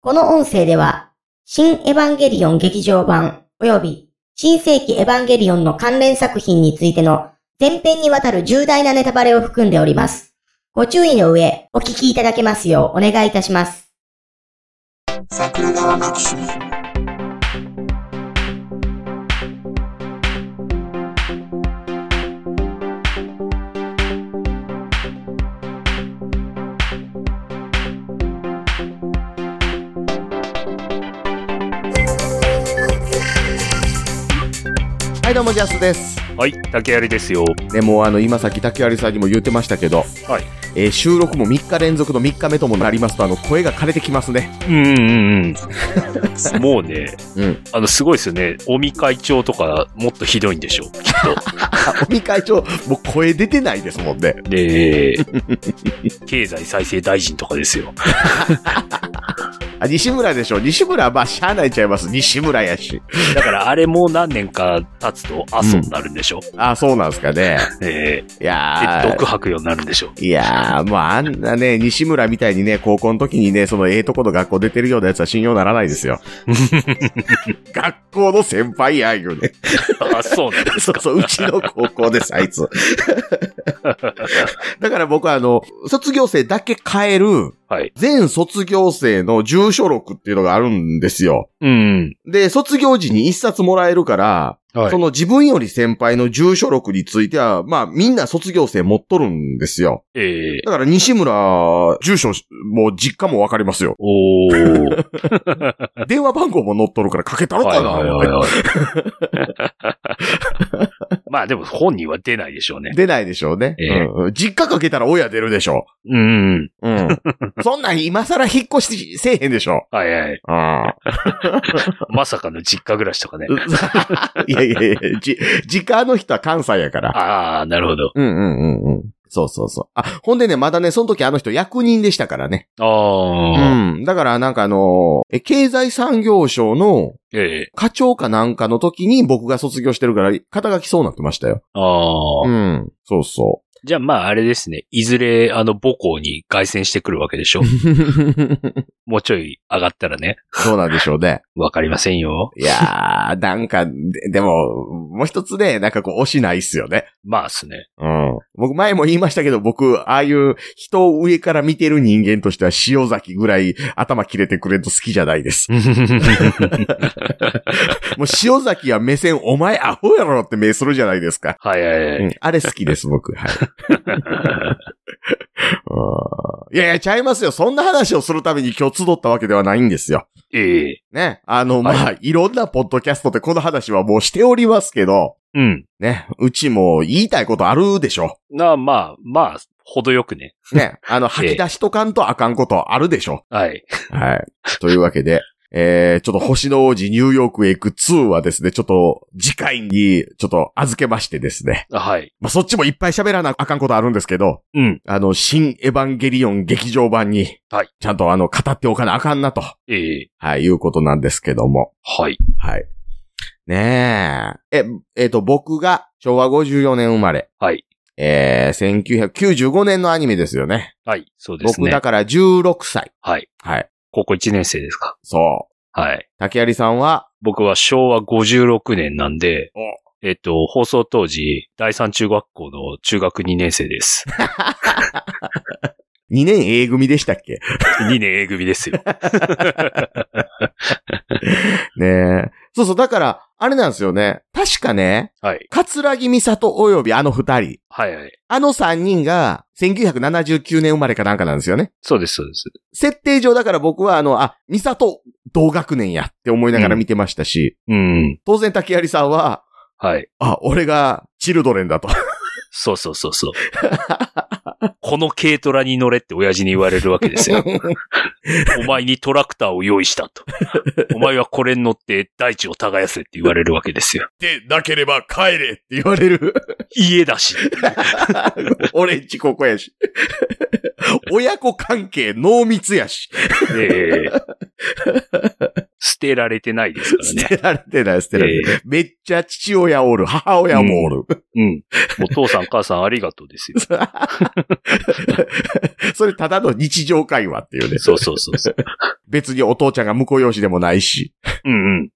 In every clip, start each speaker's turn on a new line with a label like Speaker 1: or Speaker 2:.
Speaker 1: この音声では、新エヴァンゲリオン劇場版及び新世紀エヴァンゲリオンの関連作品についての前編にわたる重大なネタバレを含んでおります。ご注意の上、お聞きいただけますようお願いいたします。
Speaker 2: 桜川マキシム
Speaker 3: はいどうもジャスです
Speaker 4: はい、竹槍ですよ。
Speaker 3: でもあの今さっき竹有さんにも言ってましたけど、
Speaker 4: はい
Speaker 3: えー収録も3日連続の3日目ともなりますとあの声が枯れてきますね
Speaker 4: うんうんうん。 もうね、
Speaker 3: うん
Speaker 4: あの、すごいですよね。尾身会長とか、もっとひどいんでしょう、きっ
Speaker 3: あ尾身会長もう声出てないですもんね
Speaker 4: と。で、経済再生大臣とかですよ。
Speaker 3: あ西村でしょ西村はまあしゃあないちゃいます西村やし
Speaker 4: だから、あれもう何年か経つと、麻生になるんでしょ。
Speaker 3: あそうなんですかね
Speaker 4: え
Speaker 3: い
Speaker 4: ー、
Speaker 3: や
Speaker 4: で
Speaker 3: ー
Speaker 4: 毒吐くようになるんでしょ。
Speaker 3: いやー、もうあんなね、西村みたいにね、高校の時にね、そのええとこの学校出てるようなやつは信用ならないです よ。学校の先輩や、言うね。
Speaker 4: あ、そうなんです
Speaker 3: そう
Speaker 4: か。
Speaker 3: そう、うちの高校です、あいつ。 だから僕はあの、卒業生だけ変える、
Speaker 4: はい。
Speaker 3: 全卒業生の住所録っていうのがあるんですよ。
Speaker 4: うん。
Speaker 3: で、卒業時に一冊もらえるから、
Speaker 4: はい
Speaker 3: その自分より先輩の住所録については、まあみんな卒業生持っとるんですよ。
Speaker 4: えー、。
Speaker 3: だから西村、住所も実家もわかりますよ
Speaker 4: お ー。
Speaker 3: 電話番号も載っとるからかけたろ
Speaker 4: は
Speaker 3: か
Speaker 4: い
Speaker 3: な、
Speaker 4: はいはい はい。まあでも本人は出ないでしょうね。
Speaker 3: 出ないでしょうね、
Speaker 4: ええ
Speaker 3: うん実家かけたら親出るでしょう。
Speaker 4: うん うん。
Speaker 3: うん。そんなん今更引っ越しせえへんでしょ。
Speaker 4: はいはい。
Speaker 3: あ
Speaker 4: まさかの実家暮らしとかね。
Speaker 3: いやいやいや、じ、実家の人は関西やから。
Speaker 4: ああ、なるほど。
Speaker 3: うんうんうんうん。そうそうそう。あ、ほんでね、まだね、その時あの人役人でしたからね。う
Speaker 4: ああ、
Speaker 3: ん。だからなんかあのーえ経済産業省の
Speaker 4: ええ
Speaker 3: 課長かなんかの時に僕が卒業してるから、肩書きそうなってましたよ。
Speaker 4: ああ、
Speaker 3: うん。そうそ
Speaker 4: じゃあまああれですね。いずれ、あの、母校に凱旋してくるわけでしょ
Speaker 3: う。。
Speaker 4: もうちょい上がったらね、
Speaker 3: そうなんでしょうね。
Speaker 4: わかりませんよ。
Speaker 3: いやー、なんか、ででも、もう一つね、なんかこう、推しないっすよね。
Speaker 4: まあっすね。
Speaker 3: うん。僕前も言いましたけど、僕、ああいう人を上から見てる人間としては塩崎ぐらい頭切れてくれると好きじゃない です。もう塩崎は目線、お前アホやろって目するじゃないですか。
Speaker 4: はいはいは
Speaker 3: う
Speaker 4: い。
Speaker 3: ん、あれ好きです、僕。はい。うんいやいや、ちゃいますよ。そんな話をするために今日集ったわけではないんですよ。
Speaker 4: ええ
Speaker 3: ね。あの、まあ、、
Speaker 4: はい
Speaker 3: ろんなポッドキャストでこの話はもうしておりますけど、
Speaker 4: うん。
Speaker 3: ね。うちも言いたいことあるでしょ。
Speaker 4: なあまあ、まあ、ほどよくね。
Speaker 3: ね。あの、吐き出しとかんとあかんことあるでしょ。
Speaker 4: はい。
Speaker 3: はい。というわけで、えー、ちょっと星の王子ニューヨークへ行く2はですね、ちょっと次回にちょっと預けましてですね。
Speaker 4: はい。
Speaker 3: まあ、そっちもいっぱい喋らなあかんことあるんですけど、
Speaker 4: うん。
Speaker 3: あの、新エヴァンゲリオン劇場版に、
Speaker 4: はい
Speaker 3: ちゃんとあの、語っておかなあかんなと、
Speaker 4: ええ
Speaker 3: はい、いうことなんですけども。
Speaker 4: はい。
Speaker 3: はい。ねえ。え、えっ、と、僕が昭和54年生まれ。
Speaker 4: はい。
Speaker 3: えー、1995年のアニメですよね。
Speaker 4: はい。そうです
Speaker 3: 僕
Speaker 4: ね
Speaker 3: だ。から16歳。
Speaker 4: はい。
Speaker 3: はい。
Speaker 4: 高校1年生ですか。
Speaker 3: そう。
Speaker 4: はい。
Speaker 3: 竹有さんは、
Speaker 4: 僕は昭和56年なんで
Speaker 3: お、
Speaker 4: えっと、放送当時、第三中学校の中学2年 生です。
Speaker 3: 2年 A 組でしたっけ
Speaker 4: 2年 A 組 ですよ。
Speaker 3: ねえ。そうそう、だから、あれなんですよね。確かね、
Speaker 4: はい。
Speaker 3: 桂木美里及びあの二人。
Speaker 4: はいはい。
Speaker 3: あの三人が、1979年生まれかなんかなんですよね。
Speaker 4: そうです、そうです。
Speaker 3: 設定上だから僕は、あの、あ、美里同学年やって思いながら見てましたし、
Speaker 4: うん。
Speaker 3: 当然竹有さんは、
Speaker 4: はい。
Speaker 3: あ、俺が、チルドレンだ と。
Speaker 4: そうそうそ うそう。この軽トラに乗れって親父に言われるわけ ですよ。お前にトラクターを用意したと。お前はこれに乗って大地を耕せって言われるわけですよ。
Speaker 3: で、なければ帰れって言われる。
Speaker 4: 家だし。
Speaker 3: 俺んちここや し。親子関係濃密やし。
Speaker 4: ええ捨てられてないですから
Speaker 3: 捨
Speaker 4: ね。
Speaker 3: てられてない、捨てられてない
Speaker 4: ええ
Speaker 3: めっちゃ父親おる、母親もおる。
Speaker 4: うん。もう父さん母さんありがとうです よ。
Speaker 3: それただの日常会話っていうね。
Speaker 4: そうそうそうそう。
Speaker 3: 別にお父ちゃんが婿養子でもないし。
Speaker 4: うんうん。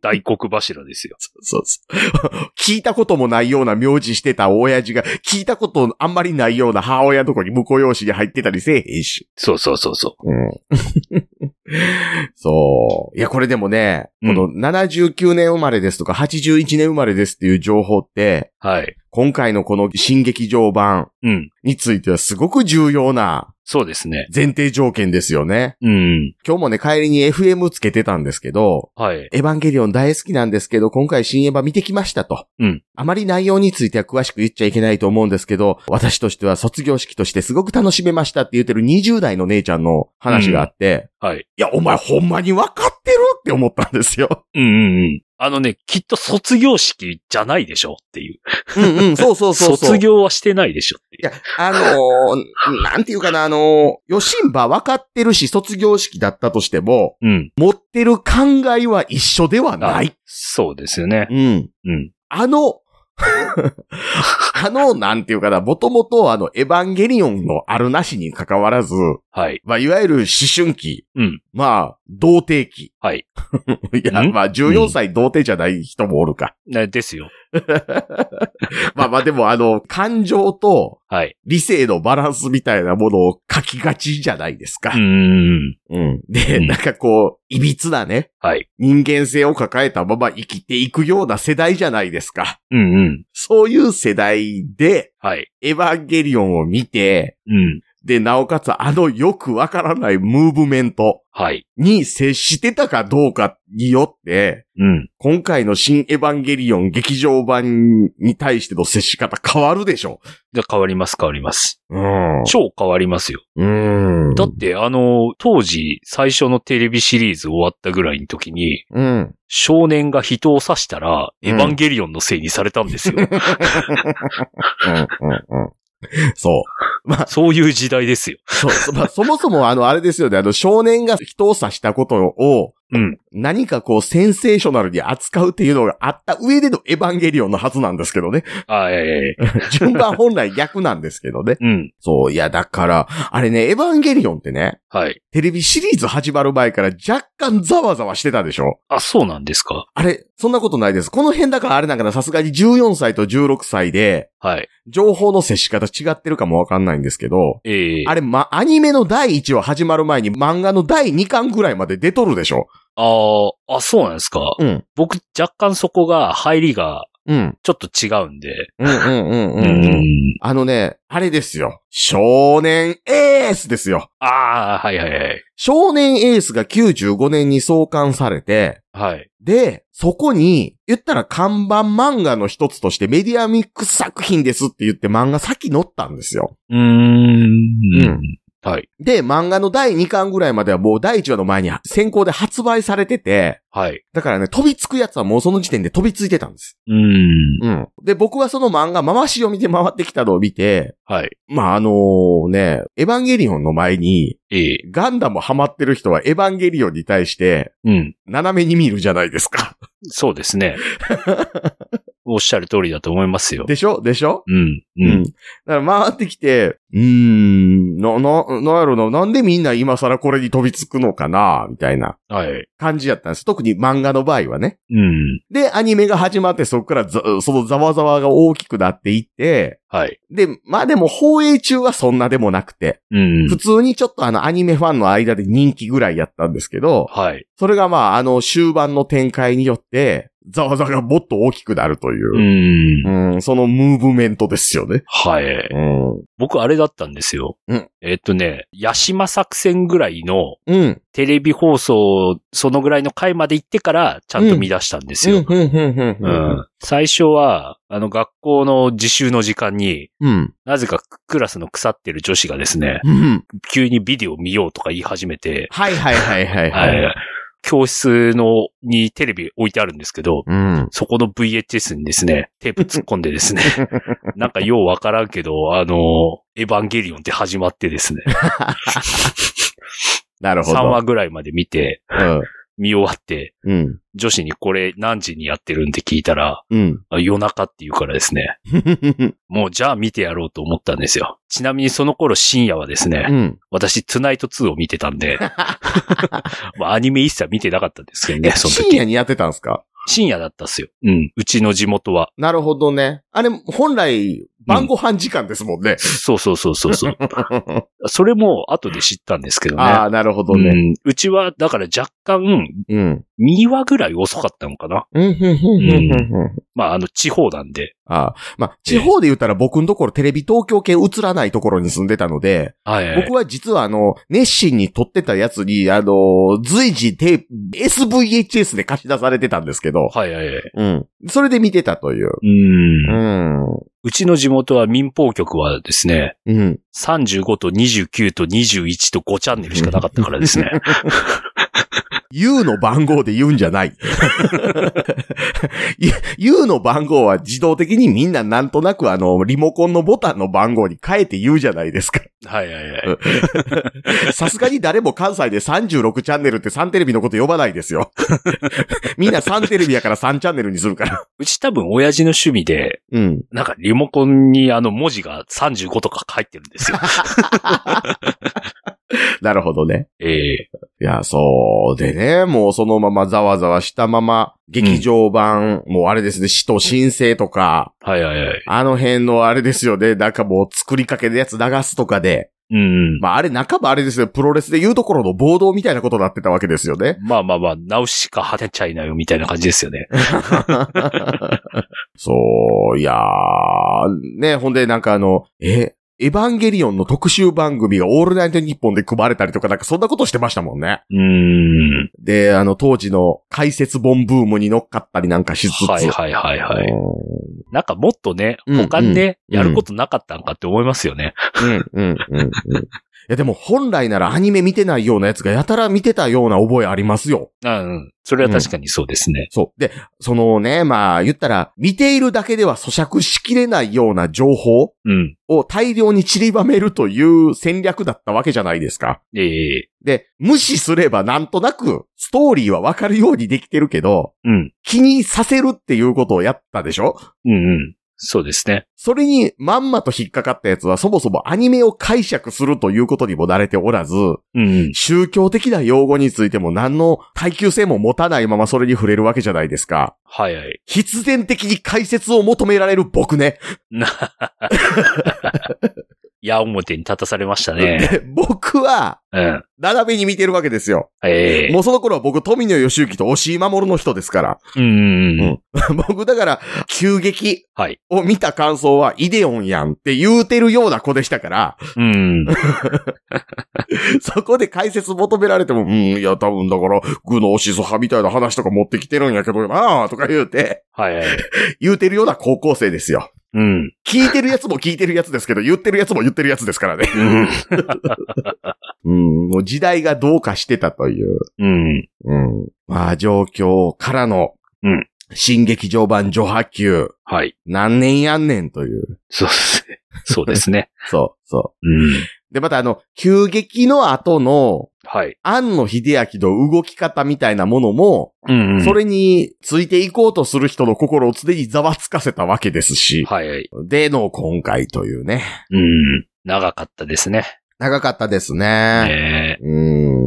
Speaker 4: 大黒柱ですよ。
Speaker 3: そうそう。 聞いたこともないような名字してた親父が、聞いたことあんまりないような母親のとこに婿養子に入ってたりせえへんし。
Speaker 4: そうそうそうそ
Speaker 3: うん。 そう。いや、これでもね、
Speaker 4: うん
Speaker 3: この79年生まれですとか81年生まれですっていう情報って、
Speaker 4: う。はい。
Speaker 3: 今回のこの新劇場版
Speaker 4: うん。
Speaker 3: についてはすごく重要な
Speaker 4: そうですね。
Speaker 3: 前提条件ですよね。
Speaker 4: うん。
Speaker 3: 今日もね、帰りに FM つけてたんですけど、
Speaker 4: はい。
Speaker 3: エヴァンゲリオン大好きなんですけど、今回新エヴァ見てきましたと。
Speaker 4: うん
Speaker 3: あまり内容については詳しく言っちゃいけないと思うんですけど、私としては卒業式としてすごく楽しめましたって言ってる20代の姉ちゃんの話があって、
Speaker 4: はい。
Speaker 3: いや、お前ほんまに分かってるって思ったんですよ。
Speaker 4: うんうんうん。あのね、きっと卒業式じゃないでしょっていう。
Speaker 3: うんうん、そうそうそうそう。
Speaker 4: 卒業はしてないでしょって
Speaker 3: いや、あのーなんていうかな、あのー、ヨシンバ分かってるし、卒業式だったとしても、
Speaker 4: いう。うん。
Speaker 3: 持ってる考えは一緒ではない。
Speaker 4: そうですよね。
Speaker 3: うん。
Speaker 4: うん。
Speaker 3: あの、あの、なんていうかな、もともとあの、エヴァンゲリオンのあるなしに関わらず、
Speaker 4: はい。
Speaker 3: まあ、いわゆる思春期。
Speaker 4: うん
Speaker 3: まあ、童貞期。
Speaker 4: はい。
Speaker 3: いや、
Speaker 4: うん
Speaker 3: まあ、14歳童貞じゃない人もおるか。
Speaker 4: ねですよ。
Speaker 3: まあまあ、でもあの、感情と
Speaker 4: はい。
Speaker 3: 理性のバランスみたいなものを書きがちじゃないですか
Speaker 4: う。ん。
Speaker 3: うん。で、
Speaker 4: うん
Speaker 3: なんかこう、いびつだね。
Speaker 4: はい。
Speaker 3: 人間性を抱えたまま生きていくような世代じゃないですか。
Speaker 4: うんうん。
Speaker 3: そういう世代で、
Speaker 4: はい。
Speaker 3: エヴァンゲリオンを見て、
Speaker 4: うん。
Speaker 3: で、なおかつあのよくわからないムーブメント
Speaker 4: はい。
Speaker 3: に接してたかどうかによって、
Speaker 4: うん。
Speaker 3: 今回の新エヴァンゲリオン劇場版に対しての接し方変わるでしょ。
Speaker 4: じゃ変わります、変わります。
Speaker 3: うん。
Speaker 4: 超変わりますよ。
Speaker 3: うん。
Speaker 4: だって、あの、当時、最初のテレビシリーズ終わったぐらいの時に、
Speaker 3: うん。
Speaker 4: 少年が人を刺したら、
Speaker 3: うん
Speaker 4: エヴァンゲリオンのせいにされた んですよ。
Speaker 3: そう。
Speaker 4: そういう時代ですよ。
Speaker 3: そうそ、 まあ、そもそもあの、あれですよね、あの、少年が人を刺したことを、
Speaker 4: うん。
Speaker 3: 何かこう、センセーショナルに扱うっていうのがあった上でのエヴァンゲリオンのはずなんですけどね。
Speaker 4: あ、ええ
Speaker 3: 順番本来逆なんですけどね。
Speaker 4: うん。
Speaker 3: そう、いや、だから、あれね、エヴァンゲリオンってね、
Speaker 4: はい。
Speaker 3: テレビシリーズ始まる前から若干ざわざわしてたでしょ
Speaker 4: あ、そうなんですか。
Speaker 3: あれ、そんなことないです。この辺だからあれなんかな、さすがに14歳と16歳で、
Speaker 4: はい。
Speaker 3: 情報の接し方違ってるかもわかんないんですけど、
Speaker 4: ええ
Speaker 3: あれ、ま、アニメの第1話始まる前に漫画の第2巻ぐらいまで出とるでしょ
Speaker 4: ああ、あ、そうなんですか。
Speaker 3: うん。
Speaker 4: 僕、若干そこが、入りが、
Speaker 3: うん。
Speaker 4: ちょっと違うんで。
Speaker 3: うんうんうん
Speaker 4: う
Speaker 3: うん。あのね、あれですよ。少年エースですよ。
Speaker 4: ああ、はいはいはい。
Speaker 3: 少年エースが95年に創刊されて、
Speaker 4: はい。
Speaker 3: で、そこに、言ったら看板漫画の一つとしてメディアミックス作品ですって言って漫画先載ったんですよ。
Speaker 4: うーん
Speaker 3: ん。
Speaker 4: はい。
Speaker 3: で、漫画の第2巻ぐらいまではもう第1話の前に先行で発売されてて、
Speaker 4: はい。
Speaker 3: だからね、飛びつくやつはもうその時点で飛びついてたんです。
Speaker 4: うん。
Speaker 3: うん。で、僕はその漫画、回し読みで回ってきたのを見て、
Speaker 4: はい。
Speaker 3: まあ、あのね、エヴァンゲリオンの前に、
Speaker 4: ええ
Speaker 3: ガンダムハマってる人はエヴァンゲリオンに対して、
Speaker 4: うん。
Speaker 3: 斜めに見るじゃないですか。
Speaker 4: そうで すね。おっしゃる通りだと思いますよ。
Speaker 3: でしょでしょ
Speaker 4: うん。
Speaker 3: う
Speaker 4: うん。。
Speaker 3: だから回ってきて、うーん、な、な、なんやろな、なんでみんな今更これに飛びつくのかな、みたいな
Speaker 4: はい。
Speaker 3: 感じやったんです。特に漫画の場合はね。
Speaker 4: うん。
Speaker 3: で、アニメが始まって、そこからざそのざわざわが大きくなっていって、
Speaker 4: はい。
Speaker 3: で、まあでも放映中はそんなでもなくて、
Speaker 4: うん
Speaker 3: 普。通にちょっとあのアニメファンの間で人気ぐらいやったんですけど、
Speaker 4: はい。
Speaker 3: それがまああの終盤の展開によって、ざわざわがもっと大きくなるというう、
Speaker 4: ん。
Speaker 3: うんそのムーブメントですよね。
Speaker 4: はい。
Speaker 3: うん。
Speaker 4: 僕、あれだったんですよ。
Speaker 3: うん
Speaker 4: えっとね、ヤシマ作戦ぐらいの
Speaker 3: うん。
Speaker 4: テレビ放送、そのぐらいの回まで行ってから、ちゃんと見出したんですよ。
Speaker 3: うん、うん、
Speaker 4: うん最初は、あの、学校の自習の時間に、
Speaker 3: うん。
Speaker 4: なぜかクラスの腐ってる女子がですね、
Speaker 3: うん。
Speaker 4: 急にビデオ見ようとか言い始めて、
Speaker 3: はいはいはいはい
Speaker 4: はい。教室の、にテレビ置いてあるんですけど、
Speaker 3: うん。
Speaker 4: そこの VHS にですね、テープ突っ込んでで すね、なんかようわからんけど、あの、エヴァンゲリオンって始まってですね、
Speaker 3: なるほ
Speaker 4: 3
Speaker 3: ど。
Speaker 4: 話ぐらいまで見て、
Speaker 3: うん
Speaker 4: 見終わって、
Speaker 3: うん。
Speaker 4: 女子にこれ何時にやってるんって聞いたら、
Speaker 3: うん。
Speaker 4: あ夜中って言うからですね。もうじゃあ見てやろうと思ったんですよ。ちなみにその頃深夜はですね、
Speaker 3: うん。
Speaker 4: 私、トゥナイト2を見てたんで、 まあアニメ一切見てなかったんですけどね、 その
Speaker 3: 深
Speaker 4: 時。
Speaker 3: 夜にやってたんですか
Speaker 4: 深夜だったっすよ。うん。うちの地元は。
Speaker 3: なるほどね。あれ、本来、晩ご飯時間ですもんね。
Speaker 4: そうそうそうそう そう。それも後で知ったんですけどね。
Speaker 3: ああ、なるほど
Speaker 4: う
Speaker 3: ね。
Speaker 4: ん、うちは、だから若干、
Speaker 3: うん。
Speaker 4: 2話ぐらい遅かったのかな
Speaker 3: うん、うん、うん、うん。
Speaker 4: まあ、あの、地方なんで。
Speaker 3: ああまあ、地方で言ったら僕のところテレビ東京系映らないところに住んでたので、
Speaker 4: はい、
Speaker 3: 僕は実はあの、熱心に撮ってたやつに、あの、随時テープ、SVHS で貸し出されてたんですけど、
Speaker 4: はいはいはい。
Speaker 3: うん。それで見てたという。
Speaker 4: うん。
Speaker 3: ん。
Speaker 4: うちの地元は民放局はですね、
Speaker 3: うん。
Speaker 4: 35と29と21と5チャンネルしかなかったから ですね。
Speaker 3: U の番号で言うんじゃない。U- U の番号は自動的にみんななんとなくあの、リモコンのボタンの番号に変えて言うじゃないですか。
Speaker 4: はいはいはい。
Speaker 3: さすがに誰も関西で36チャンネルって3テレビのこと呼ばないですよ。 みんな3テレビやから3チャンネルにするから。
Speaker 4: うち多分親父の趣味で、
Speaker 3: うん。
Speaker 4: なんかリモコンにあの文字が35とか入ってるん ですよ。
Speaker 3: なるほどね。
Speaker 4: ええ
Speaker 3: いや、そう。でね、もうそのままざわざわしたまま、劇場版、もうあれですね、死と申請とか、
Speaker 4: はいはいはい。
Speaker 3: あの辺のあれですよね、なんかもう作りかけのやつ流すとかで、
Speaker 4: うん。
Speaker 3: まああれ半ばあれですよ、プロレスで言うところの暴動みたいなことになってたわけですよね。
Speaker 4: まあまあまあ、直しか果てちゃいなよみたいな感じですよ ね。
Speaker 3: そう、いやー、ね、ほんでなんかあの、え、エヴァンゲリオンの特集番組がオールナイトニッポンで組まれたりとか、なんかそんなことしてましたもんね。
Speaker 4: うん。
Speaker 3: で、あの当時の解説本ブームに乗っかったりなんかしつつ。
Speaker 4: はいはいはいはい。
Speaker 3: う
Speaker 4: なんかもっとね、
Speaker 3: うん
Speaker 4: 他にね、
Speaker 3: うん
Speaker 4: やることなかったんかって思いますよね。
Speaker 3: ん、うん、うん、うん。いやでも本来ならアニメ見てないようなやつがやたら見てたような覚えありますよ。
Speaker 4: うん。うん、それは確かにそうですね。
Speaker 3: そう。で、そのね、まあ言ったら、見ているだけでは咀嚼しきれないような情報
Speaker 4: うん。
Speaker 3: を大量に散りばめるという戦略だったわけじゃないですか。
Speaker 4: ええ
Speaker 3: で、無視すればなんとなくストーリーはわかるようにできてるけど、
Speaker 4: うん。
Speaker 3: 気にさせるっていうことをやったでしょ
Speaker 4: うんうん。そうですね。
Speaker 3: それにまんまと引っかかったやつはそもそもアニメを解釈するということにも慣れておらず、
Speaker 4: うんうん。
Speaker 3: 宗教的な用語についても何の耐久性も持たないままそれに触れるわけじゃないですか。
Speaker 4: はい はい。
Speaker 3: 必然的に解説を求められる僕ね。
Speaker 4: 矢面に立たされましたね。
Speaker 3: 僕は、
Speaker 4: うん。
Speaker 3: 斜めに見てるわけですよ。
Speaker 4: ええ
Speaker 3: もうその頃は僕、富野義行と押井守の人ですから。
Speaker 4: うんうんうん。
Speaker 3: 僕、だから、急激
Speaker 4: はい
Speaker 3: を見た感想は、イデオンやんって言うてるような子でしたから、
Speaker 4: うん。
Speaker 3: そこで解説求められても、うん、いや、多分だから、具のシソ派みたいな話とか持ってきてるんやけどなぁとか言うて、
Speaker 4: はいはい。
Speaker 3: 言うてるような高校生ですよ。
Speaker 4: うん。
Speaker 3: 聞いてるやつも聞いてるやつですけど、言ってるやつも言ってるやつですからね。
Speaker 4: うん。
Speaker 3: うん、もう時代がどうかしてたという。
Speaker 4: うん。
Speaker 3: うん。まあ、状況からの、
Speaker 4: うん
Speaker 3: 新劇場版序波球、
Speaker 4: はい。
Speaker 3: 何年やんねんという。
Speaker 4: そうです ね。そうですね。
Speaker 3: そう、そ
Speaker 4: うん。
Speaker 3: う。で、またあの、急激の後の、
Speaker 4: はい。
Speaker 3: 庵野秀明の動き方みたいなものも、
Speaker 4: うん、
Speaker 3: それについていこうとする人の心を常にざわつかせたわけですし、
Speaker 4: はいはい。
Speaker 3: での今回というね。
Speaker 4: うん。長かったですね。
Speaker 3: 長かったですね。
Speaker 4: ね
Speaker 3: うーん。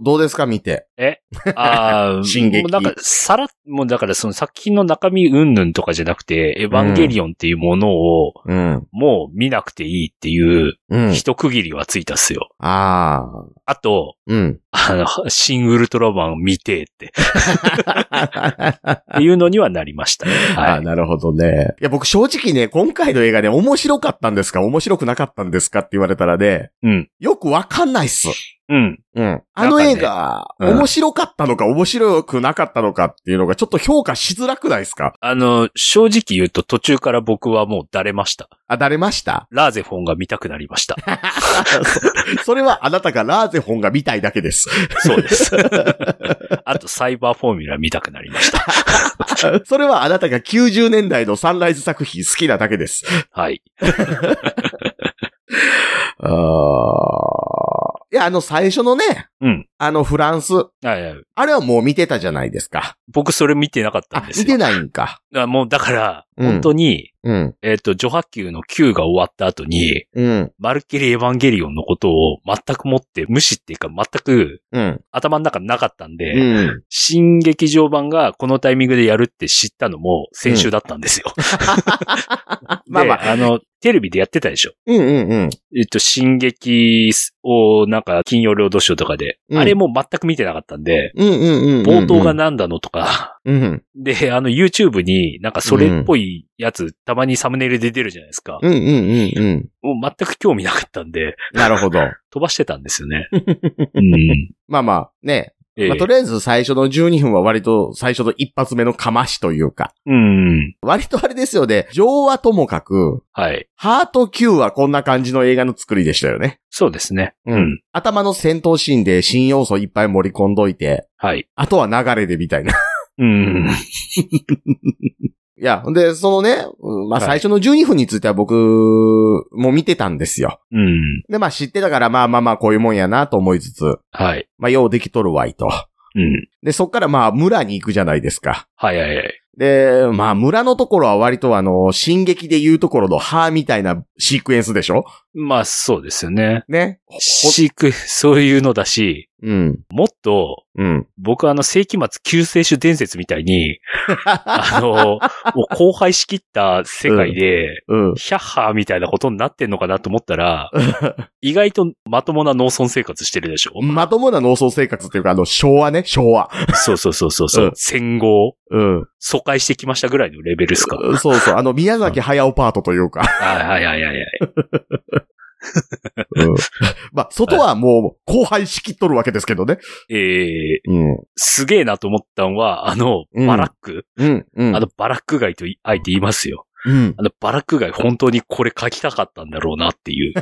Speaker 3: どうですか見て。
Speaker 4: えああ、
Speaker 3: 進撃
Speaker 4: もうなんか、さら、もうだからその作品の中身云々とかじゃなくて、エヴァンゲリオンっていうものを、
Speaker 3: うん。
Speaker 4: もう見なくていいっていう、
Speaker 3: うん。
Speaker 4: 一区切りはついたっすよ。
Speaker 3: ああ。
Speaker 4: あと、
Speaker 3: うん。
Speaker 4: あの、シン・ウルトラマンを見 てって、っていうのにはなりました。
Speaker 3: あ
Speaker 4: は
Speaker 3: あ、
Speaker 4: い。
Speaker 3: なるほどね。いや、僕正直ね、今回の映画ね、面白かったんですか面白くなかったんですかって言われたらね、
Speaker 4: うん。
Speaker 3: よくわかんないっす。
Speaker 4: うん。
Speaker 3: うん。あの映画、
Speaker 4: なんかねうん
Speaker 3: 面白かったのか面白くなかったのかっていうのがちょっと評価しづらくないですか
Speaker 4: あの、正直言うと途中から僕はもうだれました。
Speaker 3: あ、だれました
Speaker 4: ラーゼフォンが見たくなりました。
Speaker 3: そそれはあなたがラーゼ本が見たいだけ です。
Speaker 4: そうです。あと、サイバーフォーミュラ見たくなりました。
Speaker 3: それはあなたが90年代のサンライズ作品好きなだけです。
Speaker 4: はい。
Speaker 3: あーいや、あの最初のね、
Speaker 4: うん
Speaker 3: あの、フランス。
Speaker 4: はいはい。
Speaker 3: あれはもう見てたじゃないですか。
Speaker 4: 僕それ見てなかったん
Speaker 3: あ
Speaker 4: で、す
Speaker 3: 見
Speaker 4: よ。
Speaker 3: てないんか。
Speaker 4: あもうだから、
Speaker 3: うん
Speaker 4: 本当に、
Speaker 3: うん。
Speaker 4: えっ、と、女波球の9が終わった後に、
Speaker 3: うん。
Speaker 4: マルケリ・エヴァンゲリオンのことを全くもって無視っていうか全く
Speaker 3: うん。
Speaker 4: 頭の中なかったんで、
Speaker 3: うん。
Speaker 4: 新劇場版がこのタイミングでやるって知ったのも先週だったん ですよ。
Speaker 3: まあまあ。
Speaker 4: で、あの、テレビでやってたでしょ。
Speaker 3: うんうんうん。
Speaker 4: えっと、進撃をなんか金曜ロードショーとかで、
Speaker 3: うん
Speaker 4: あれも全く見てなかったんで、
Speaker 3: うんうんうんうん。
Speaker 4: 冒頭が。なんだのとか、
Speaker 3: うん。
Speaker 4: で、あの YouTube になんかそれっぽいやつ、たまにサムネイルで出るじゃないですか。
Speaker 3: うんうんうんうん。
Speaker 4: もう全く興味なかったんで、
Speaker 3: なるほど。
Speaker 4: 飛ばしてたんです よね。うん。
Speaker 3: まあまあ、ね。
Speaker 4: ええ
Speaker 3: まあ、とりあえず最初の12分は割と最初の一発目のかましというか。
Speaker 4: うん。
Speaker 3: 割とあれですよね。情はともかく、
Speaker 4: はい。
Speaker 3: ハート Q はこんな感じの映画の作りでしたよね。
Speaker 4: そうですね。
Speaker 3: うん。頭の戦闘シーンで新要素いっぱい盛り込んどいて、
Speaker 4: はい。
Speaker 3: あとは流れでみたいな。
Speaker 4: うん。
Speaker 3: いや、ほんで、そのね、うんまあ
Speaker 4: は
Speaker 3: 最
Speaker 4: い
Speaker 3: 初の12分については僕も見てたんですよ。
Speaker 4: うん。
Speaker 3: で、まあ知ってたから、まあまあまあこういうもんやなと思いつつ、
Speaker 4: はい。
Speaker 3: まあようできとるわいと。
Speaker 4: うん。
Speaker 3: で、そっからまあ村に行くじゃないですか。
Speaker 4: はいはいはい。
Speaker 3: で、まあ村のところは割とあの、進撃で言うところの歯みたいなシークエンスでしょ
Speaker 4: まあそうですよね。
Speaker 3: ね。ほ
Speaker 4: 飼育、そういうのだし、
Speaker 3: うん。
Speaker 4: もっと、
Speaker 3: うん。
Speaker 4: 僕はあの世紀末救世主伝説みた いに、あの、もう荒廃しきった世界で、
Speaker 3: うん。
Speaker 4: ヒャッハーみたいなことになってんのかなと思った ら、意外とまともな農村生活してるでしょ
Speaker 3: まともな農村生活っていうか、あの、昭和ね、昭和。
Speaker 4: そうそうそうそうそう、
Speaker 3: うん
Speaker 4: 戦後、
Speaker 3: うん。
Speaker 4: 疎開してきましたぐらいのレベルですか。
Speaker 3: うんそうそう。あの、宮崎駿パートというか。
Speaker 4: はいはいはいはいはい。
Speaker 3: うん。 まあ、外はもう、後輩仕切っとるわけですけどね。
Speaker 4: えー、
Speaker 3: うん。
Speaker 4: すげえなと思ったのは、あの、
Speaker 3: うん
Speaker 4: バラック、
Speaker 3: うん。うん。
Speaker 4: あの、バラック街といあえて言いますよ。
Speaker 3: うん。
Speaker 4: あの、バラック街本当にこれ書きたかったんだろうなって いう。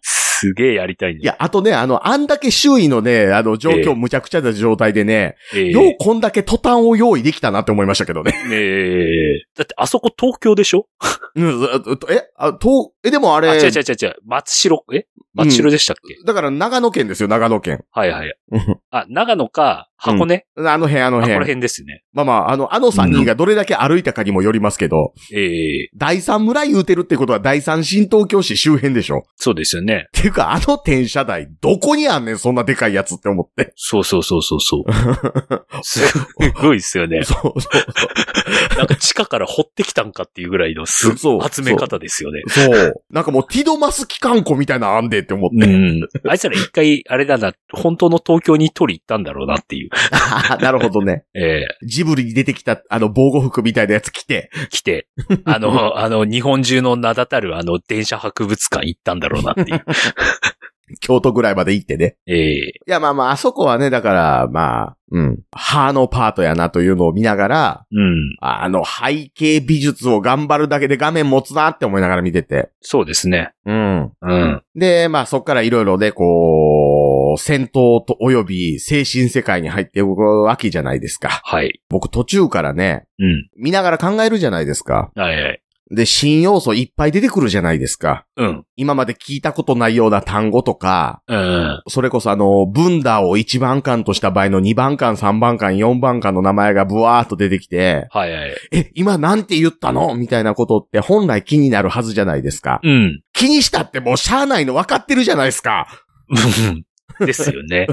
Speaker 4: すげえやりたいん
Speaker 3: い
Speaker 4: だよ。
Speaker 3: や、あとね、あの、あんだけ周囲のね、あの、状
Speaker 4: ええ
Speaker 3: 況むちゃくちゃな状態でね、
Speaker 4: え
Speaker 3: ようこんだけ途端を用意できたなって思いましたけどね。
Speaker 4: ーえーだってあそこ東京でしょ
Speaker 3: うんずずっとえ、あ、と、え、でもあ
Speaker 4: あ、
Speaker 3: れ、
Speaker 4: 違う違う違う違う。松代、え松代でしたっけ、
Speaker 3: だから長野県ですよ、長野県。
Speaker 4: はいはい
Speaker 3: うん。
Speaker 4: あ、長野か、箱根、
Speaker 3: あの辺、あの
Speaker 4: あ、この
Speaker 3: 辺。
Speaker 4: 辺ですね。
Speaker 3: まあまあ、あの、あの三人がどれだけ歩いたかにもよりますけど、
Speaker 4: ええ
Speaker 3: 第三村言うてるってことは第三新東京市周辺でしょ。
Speaker 4: そうですよね。
Speaker 3: っていうか、あの転車台、どこにあんねん、そんなでかいやつって思 って。
Speaker 4: そうそうそうそうそう。 すごいですよね。
Speaker 3: そうそう
Speaker 4: なんか地下から掘ってきたんかっていうぐらいのす
Speaker 3: そう
Speaker 4: 集め方ですよね。
Speaker 3: そう。そう。なんかもう、ティドマス機関庫みたいなのあんでって思っ
Speaker 4: う
Speaker 3: て。
Speaker 4: ん。あいつら一回、あれだな、本当の東京に取り行ったんだろうなっていう。
Speaker 3: なるほどね。
Speaker 4: え
Speaker 3: ジブリに出てきた、あの、防護服みたいなやつ着て。
Speaker 4: え 来て、あの、あの、日本中の名だたるあの、電車博物館行ったんだろうなっていう。
Speaker 3: 京都ぐらいまで行ってね。
Speaker 4: ええ
Speaker 3: いや、まあまあ、あそこはね、だから、まあ、うん。歯のパートやなというのを見ながら、
Speaker 4: うん。
Speaker 3: あの、背景美術を頑張るだけで画面持つなって思いながら見てて。
Speaker 4: そうですね。
Speaker 3: うん。
Speaker 4: うん。
Speaker 3: で、まあそっからいろいろで、こう、戦闘と及び精神世界に入っていくわけじゃないですか。
Speaker 4: はい。
Speaker 3: 僕途中からね、
Speaker 4: うん。
Speaker 3: 見ながら考えるじゃないですか。
Speaker 4: はいはい。
Speaker 3: で、新要素いっぱい出てくるじゃないですか。
Speaker 4: うん。
Speaker 3: 今まで聞いたことないような単語とか、
Speaker 4: うん。
Speaker 3: それこそあの、分断を1番間とした場合の2番間、3番間、4番間の名前がブワーっと出てきて、
Speaker 4: はいはい。
Speaker 3: え、今なんて言ったのみたいなことって本来気になるはずじゃないですか。
Speaker 4: うん。
Speaker 3: 気にしたってもうしゃあないの分かってるじゃないですか。
Speaker 4: ですよ ね。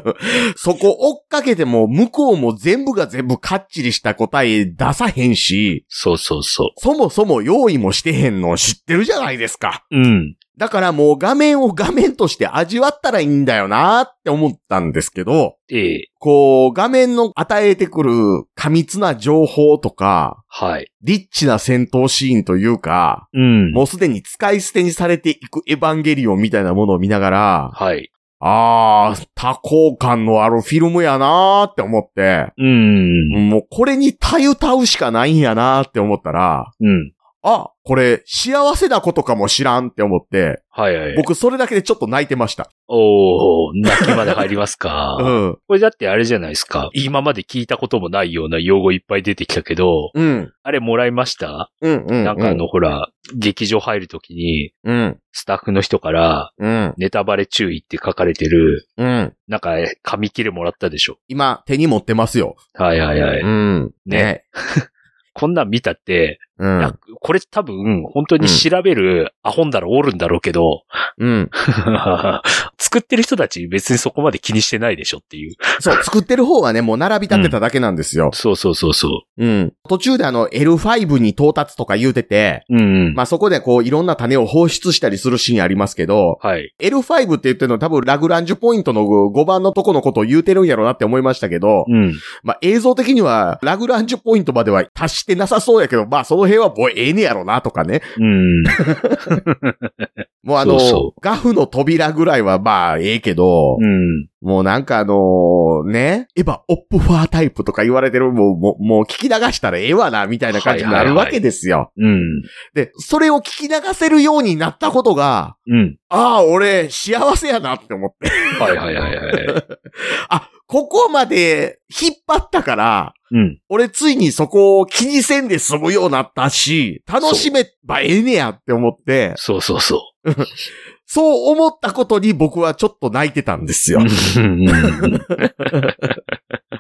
Speaker 3: そこ追っかけても、向こうも全部が全部かっちりした答え出さへんし、
Speaker 4: そうそうそ
Speaker 3: そもそも用意もしてへんの知ってるじゃないですか。
Speaker 4: う。うん。
Speaker 3: だからもう画面を画面として味わったらいいんだよなって思ったんですけど、
Speaker 4: ええ
Speaker 3: こう、画面の与えてくる過密な情報とか、
Speaker 4: はい。
Speaker 3: リッチな戦闘シーンというか、
Speaker 4: うん。
Speaker 3: もうすでに使い捨てにされていくエヴァンゲリオンみたいなものを見ながら、
Speaker 4: はい。
Speaker 3: あー、多幸感のあるフィルムやなーって思って、
Speaker 4: うん。
Speaker 3: もうこれにたゆたうしかないんやなーって思ったら、
Speaker 4: うん。
Speaker 3: あ、これ、幸せなことかも知らんって思って、
Speaker 4: はいはい。
Speaker 3: 僕それだけでちょっと泣いてました。
Speaker 4: おー、泣きまで入りますか。
Speaker 3: うん。
Speaker 4: これだってあれじゃないですか。今まで聞いたこともないような用語いっぱい出てきたけど、
Speaker 3: うん。
Speaker 4: あれもらいました
Speaker 3: うん。うん。
Speaker 4: なんかあの、ほら、劇場入るときに、
Speaker 3: うん。
Speaker 4: スタッフの人から、
Speaker 3: うん。
Speaker 4: ネタバレ注意って書かれてる、
Speaker 3: うん。
Speaker 4: なんか、紙切れもらったでしょ。
Speaker 3: 今、手に持ってますよ。
Speaker 4: はいはいはい。
Speaker 3: うん。ね。
Speaker 4: こんなん見たって、
Speaker 3: う
Speaker 4: いや
Speaker 3: ん。
Speaker 4: これ多分、本当に調べる、アホんだらおるんだろうけど、
Speaker 3: うん。
Speaker 4: 作ってる人たち別にそこまで気にしてないでしょっていう。
Speaker 3: そう、作ってる方はね、もう並び立ってただけなんですよ。
Speaker 4: そうそうそうそ
Speaker 3: うん。途中であの、L5 に到達とか言うてて、
Speaker 4: う。うん、うん。
Speaker 3: まあ、そこでこう、いろんな種を放出したりするシーンありますけど、
Speaker 4: はい。
Speaker 3: L5 って言ってるのは多分ラグランジュポイントの5番のとこのことを言うてるんやろうなって思いましたけど、
Speaker 4: うん。
Speaker 3: まあ、映像的にはラグランジュポイントまでは達してなさそうやけど、まあ、その辺はもうええねやろうなとかね。
Speaker 4: うん。
Speaker 3: もうあの、
Speaker 4: そうそ
Speaker 3: ガフの扉ぐらいはまあ、ええけど、
Speaker 4: うん。
Speaker 3: もうなんかあのね、エヴァオップファータイプとか言われてる、もう、もう、もう聞き流したらええわな、みたいな感じになるわけですよ。
Speaker 4: うん。
Speaker 3: で、それを聞き流せるようになったことが、
Speaker 4: うん。
Speaker 3: ああ、俺、幸せやなって思って。
Speaker 4: はいはいはいはい。
Speaker 3: あ、ここまで引っ張ったから、
Speaker 4: うん。
Speaker 3: 俺ついにそこを気にせんで済むようになったし、楽しめばええねやって思って、
Speaker 4: そうそうそう。
Speaker 3: そう思ったことに僕はちょっと泣いてたんですよ。
Speaker 4: うん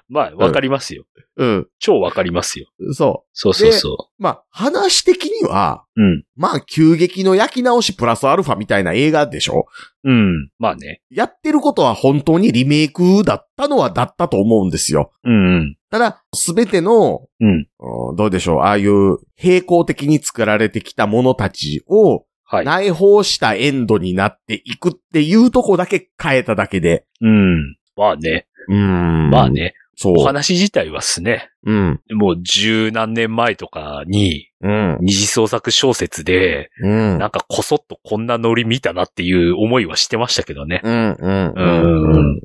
Speaker 4: まあ、わかりますよ。
Speaker 3: うん。
Speaker 4: 超わかりますよ。
Speaker 3: そ。
Speaker 4: そうそうそう
Speaker 3: まあ、話的には、
Speaker 4: う。うん。
Speaker 3: まあ、急激の焼き直しプラスアルファみたいな映画でしょ
Speaker 4: うん。まあね。
Speaker 3: やってることは本当にリメイクだったのはだったと思うんですよ。
Speaker 4: うんうん。
Speaker 3: ただ、すべての、
Speaker 4: うん
Speaker 3: うんどうでしょう、ああいう平行的に作られてきたものたちを、
Speaker 4: はい。
Speaker 3: 内包したエンドになっていくっていうとこだけ変えただけで。
Speaker 4: うん。まあね。
Speaker 3: うん
Speaker 4: まあ。ね。
Speaker 3: そう。
Speaker 4: お話自体はっすね。
Speaker 3: うん。
Speaker 4: もう十何年前とかに、
Speaker 3: うん。
Speaker 4: 二次創作小説で、
Speaker 3: うん。
Speaker 4: なんかこそっとこんなノリ見たなっていう思いはしてましたけどね。
Speaker 3: うん。うん。
Speaker 4: うん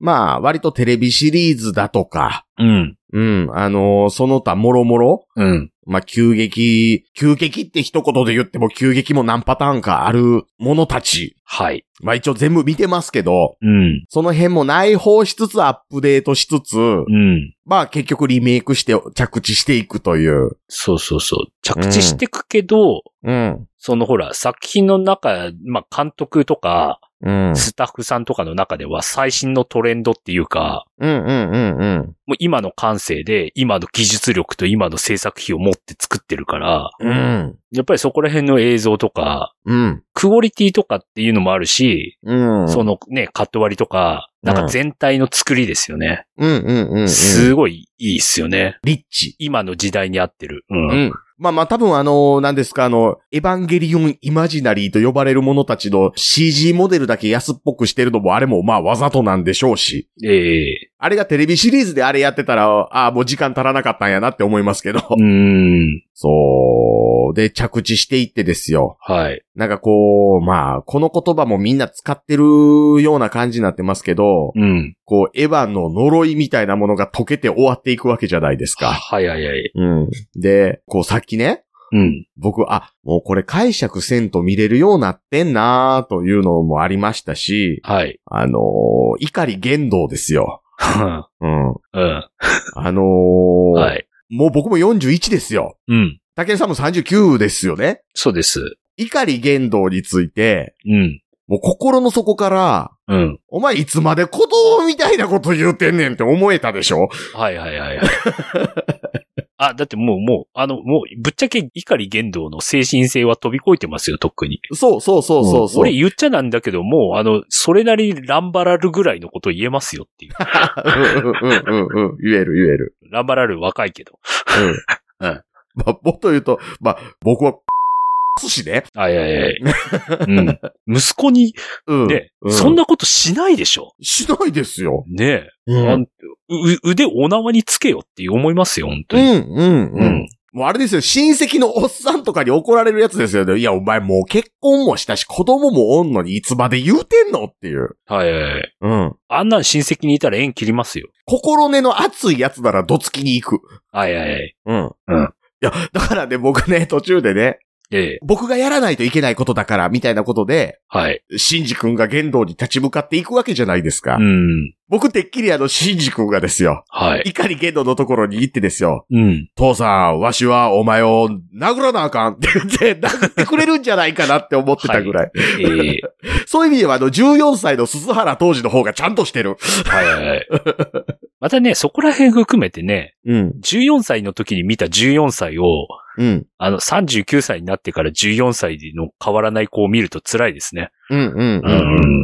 Speaker 3: まあ、割とテレビシリーズだとか、
Speaker 4: うん。
Speaker 3: うん。あのーその他もろもろ、
Speaker 4: うん。
Speaker 3: まあ、急激、急激って一言で言っても急激も何パターンかあるものたち。
Speaker 4: はい。
Speaker 3: まあ、一応全部見てますけど、
Speaker 4: うん。
Speaker 3: その辺も内包しつつアップデートしつつ、
Speaker 4: うん。
Speaker 3: まあ結局リメイクして着地していくという。
Speaker 4: そうそうそう。着地してくけど、
Speaker 3: うん。
Speaker 4: そのほら、作品の中、まあ、監督とか、
Speaker 3: うん。
Speaker 4: スタッフさんとかの中では最新のトレンドっていうか、
Speaker 3: うんうんうんうん。
Speaker 4: もう今の感性で、今の技術力と今の制作費を持って作ってるから、
Speaker 3: うん。
Speaker 4: やっぱりそこら辺の映像とか、
Speaker 3: うん。
Speaker 4: クオリティとかっていうのもあるし、
Speaker 3: うん。
Speaker 4: そのね、カット割りとか、なんか全体の作りですよね。
Speaker 3: うんうんうんうん。
Speaker 4: すごいいいっすよね。
Speaker 3: リッチ。
Speaker 4: 今の時代に合ってる。う。
Speaker 3: うんん。まあまあ多分あの、何ですか、あの、エヴァンゲリオンイマジナリーと呼ばれる者たちの CG モデルだけ安っぽくしてるのもあれもまあわざとなんでしょうし。
Speaker 4: ええ
Speaker 3: あれがテレビシリーズであれやってたら、ああ、もう時間足らなかったんやなって思いますけど。
Speaker 4: うーん。
Speaker 3: そう。で、着地していってですよ。
Speaker 4: はい。
Speaker 3: なんかこう、まあ、この言葉もみんな使ってるような感じになってますけど、
Speaker 4: うん。
Speaker 3: こう、エヴァの呪いみたいなものが解けて終わっていくわけじゃないですか。
Speaker 4: はいはいはい。
Speaker 3: うん。で、こうさっきね、
Speaker 4: うん。
Speaker 3: 僕、あ、もうこれ解釈せんと見れるようなってんなーというのもありましたし、
Speaker 4: はい。
Speaker 3: あのー、怒り言動ですよ。うん。
Speaker 4: うん。
Speaker 3: あのー
Speaker 4: はい。
Speaker 3: もう僕も41ですよ。
Speaker 4: うん。
Speaker 3: 竹内さんも39ですよね。
Speaker 4: そうです。
Speaker 3: 怒り言動について、
Speaker 4: うん。
Speaker 3: もう心の底から、
Speaker 4: うん。
Speaker 3: お前いつまで子供みたいなこと言うてんねんって思えたでしょ
Speaker 4: はいはいは いはい。あ、だってもうもう、あの、もう、ぶっちゃけ怒り言動の精神性は飛び越えてますよ、とっくに。
Speaker 3: そうそうそうそうそう。
Speaker 4: 俺言っちゃなんだけど、もう、あの、それなりにランバラルぐらいのこと言えますよっていう。
Speaker 3: うんうんう んうんうん言える言える。
Speaker 4: ランバラル若いけど。
Speaker 3: うん。
Speaker 4: うん
Speaker 3: まあ、もっと言うと、まあ、僕は、寿司ね。
Speaker 4: はいはいはい。うん。 息子に、
Speaker 3: うん。
Speaker 4: ね、
Speaker 3: う
Speaker 4: そんなことしないでしょ。
Speaker 3: しないですよ。
Speaker 4: ね
Speaker 3: う
Speaker 4: え、あん
Speaker 3: ん。
Speaker 4: う腕お縄につけよって思いますよ、本当
Speaker 3: うん、
Speaker 4: に。
Speaker 3: うん、うん。。もうあれですよ、親戚のおっさんとかに怒られるやつですよね。いや、お前もう結婚もしたし、子供もおんのにいつまで言うてんのっていう。
Speaker 4: はいはいはい。
Speaker 3: うん。
Speaker 4: あんなん親戚にいたら縁切りますよ。
Speaker 3: 心根の熱いやつならどつきに行く。
Speaker 4: はいはいはい。
Speaker 3: うん。
Speaker 4: うん
Speaker 3: や、だからね、僕ね、途中でね、
Speaker 4: ええ。
Speaker 3: 僕がやらないといけないことだから、みたいなことで、
Speaker 4: はい。
Speaker 3: シンジ君が言動に立ち向かっていくわけじゃないですか。
Speaker 4: うん。
Speaker 3: 僕てっきりあの、シンジ君がですよ。
Speaker 4: はい。
Speaker 3: いかに言動のところに行ってですよ。
Speaker 4: うん。
Speaker 3: 父さん、わしはお前を殴らなあかん って言って、殴ってくれるんじゃないかなって思ってたぐらい。
Speaker 4: ええ。
Speaker 3: そういう意味では、あの、14歳の鈴原当時の方がちゃんとしてる。
Speaker 4: はいは いはい。またね、そこら辺含めてね、
Speaker 3: うん。
Speaker 4: 14歳の時に見た14歳を、
Speaker 3: うん。
Speaker 4: あの、39歳になってから14歳の変わらない子を見ると辛いですね。
Speaker 3: うん、うん、
Speaker 4: う。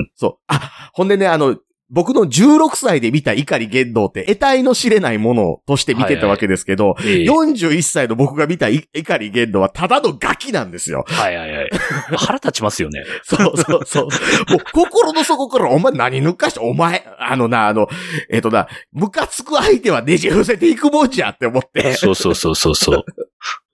Speaker 4: ん。
Speaker 3: そう。あ、ほんでね、あの、僕の16歳で見た怒り言動って、得体の知れないものとして見てたわけですけど、
Speaker 4: ええ
Speaker 3: 41歳の僕が見たい怒り言動は、ただのガキなんですよ。
Speaker 4: はいはい はい。腹立ちますよね。
Speaker 3: そうそうそう。もう、心の底から、お前何抜かして、お前、あのな、あの、えっ、とな、ムカつく相手はねじ伏せていくもんじゃって思って。
Speaker 4: そうそうそうそうそう。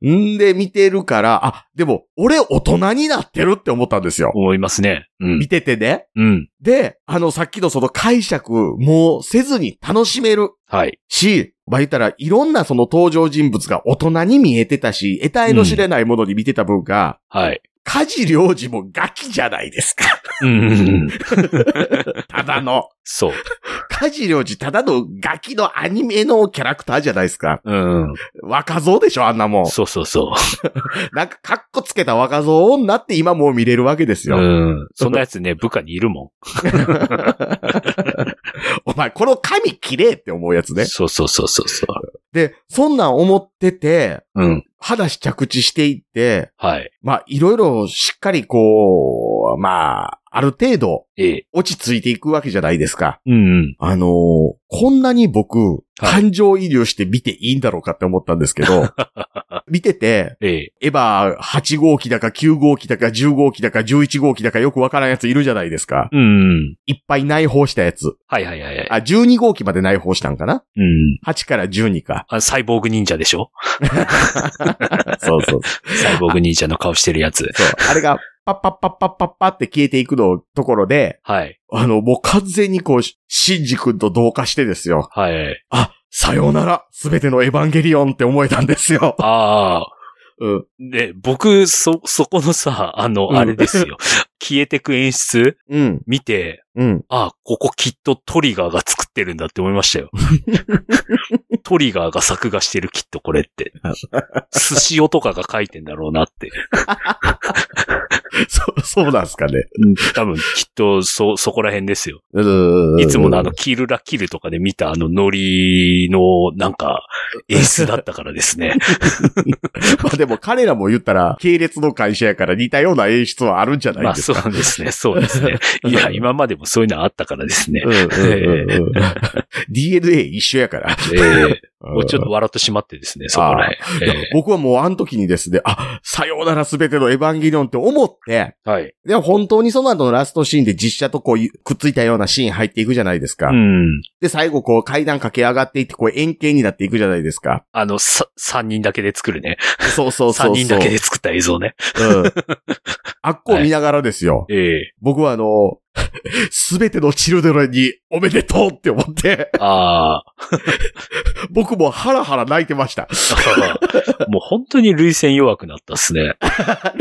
Speaker 3: んで、見てるから、あ、でも、俺大人になってるって思ったんですよ。
Speaker 4: 思いますね。うん
Speaker 3: 見。ててね。
Speaker 4: うん。
Speaker 3: で、あの、さっきのその解釈、もうせずに楽しめる
Speaker 4: はい。
Speaker 3: し、まあ、言ったらいろんなその登場人物が大人に見えてたし、得体の知れないものに見てた分が、
Speaker 4: はい。
Speaker 3: 梶良治もガキじゃないですか。
Speaker 4: うんうんうん。
Speaker 3: ただの。
Speaker 4: そう。
Speaker 3: 梶良治ただのガキのアニメのキャラクターじゃないですか。
Speaker 4: うん。
Speaker 3: 若造でしょ、あんなもん。
Speaker 4: そうそうそ
Speaker 3: なんかカッコつけた若造女って今もう見れるわけです
Speaker 4: う。
Speaker 3: よ。
Speaker 4: うん。そんなやつね、部下にいるも
Speaker 3: お前、この髪綺麗って思うやつ
Speaker 4: ん。
Speaker 3: ね。
Speaker 4: そうそうそうそうそ
Speaker 3: で、そんなん思ってて、
Speaker 4: う。うん。
Speaker 3: 話着地していって、
Speaker 4: はい。
Speaker 3: まあ、いろいろしっかりこう、まあ、ある程度、
Speaker 4: ええ。
Speaker 3: 落ち着いていくわけじゃないですか。
Speaker 4: うんうん。
Speaker 3: あのーこんなに僕、
Speaker 4: はい
Speaker 3: 感情移入して見ていいんだろうかって思ったんですけ ど、見てて、
Speaker 4: ええ。
Speaker 3: エヴァ8号機だか9号機だか10号機だか11号機だかよくわからんやついるじゃないですか。
Speaker 4: うんうん。
Speaker 3: いっぱい内包したやつ。
Speaker 4: はいはいはいはい。
Speaker 3: あ、12号機まで内包したんかな
Speaker 4: うん。
Speaker 3: ?8 から12か。
Speaker 4: あサイボーグ忍者でしょ
Speaker 3: そうそう
Speaker 4: サイボーグ忍者の顔してるやつ。
Speaker 3: そう。あれが、パッパッパッパッパッパって消えていくの、ところで、
Speaker 4: はい。
Speaker 3: あの、もう完全にこう、シンジ君と同化してですよ。
Speaker 4: はい。
Speaker 3: あ、さようなら、すべてのエヴァンゲリオンって思えたんですよ。
Speaker 4: ああ。
Speaker 3: うん。
Speaker 4: で、僕、そ、そこのさ、あの、
Speaker 3: うん
Speaker 4: あれですよ。 消えてく演出
Speaker 3: うん。
Speaker 4: 見て、
Speaker 3: うん。
Speaker 4: ああ、ここきっとトリガーが作ってるんだって思いました よ。トリガーが作画してるきっとこ れって。寿司オとかが書いてんだろうなって。
Speaker 3: そう、そうなんすかね。
Speaker 4: 多分、きっと、そ、そこら辺ですよ。
Speaker 3: うん
Speaker 4: いつものあの、キルラキルとかで見たあのノリの、なんか、演出だったからですね。
Speaker 3: まあでも彼らも言ったら、系列の会社やから似たような演出はあるんじゃ な
Speaker 4: ま
Speaker 3: い
Speaker 4: あ、
Speaker 3: です
Speaker 4: そ
Speaker 3: か。
Speaker 4: うですね、そうです ね。いや、今までもそういうのあったからですね。
Speaker 3: うんうんうんうん DNA 一緒やから。
Speaker 4: ええもうちょっと笑ってしまってですね、そこらへん。ええ
Speaker 3: 僕はもうあの時にですね、あ、さようならすべてのエヴァンゲリオンって思って、
Speaker 4: はい。
Speaker 3: でも本当にその後のラストシーンで実写とこういうくっついたようなシーン入っていくじゃないですか。
Speaker 4: うん。
Speaker 3: で、最後こう階段駆け上がっていってこう円形になっていくじゃないですか。
Speaker 4: あの、さ、三人だけで作るね。
Speaker 3: そうそうそうそ
Speaker 4: 三
Speaker 3: う。
Speaker 4: 人だけで作った映像ね。
Speaker 3: うん。あっこを見ながらですよ。
Speaker 4: ええ
Speaker 3: 僕はあの、すべてのチルドレンにおめでとうって思って、
Speaker 4: ああ。
Speaker 3: 僕もハラハラ泣いてました。
Speaker 4: もう本当に類線弱くなったっすね。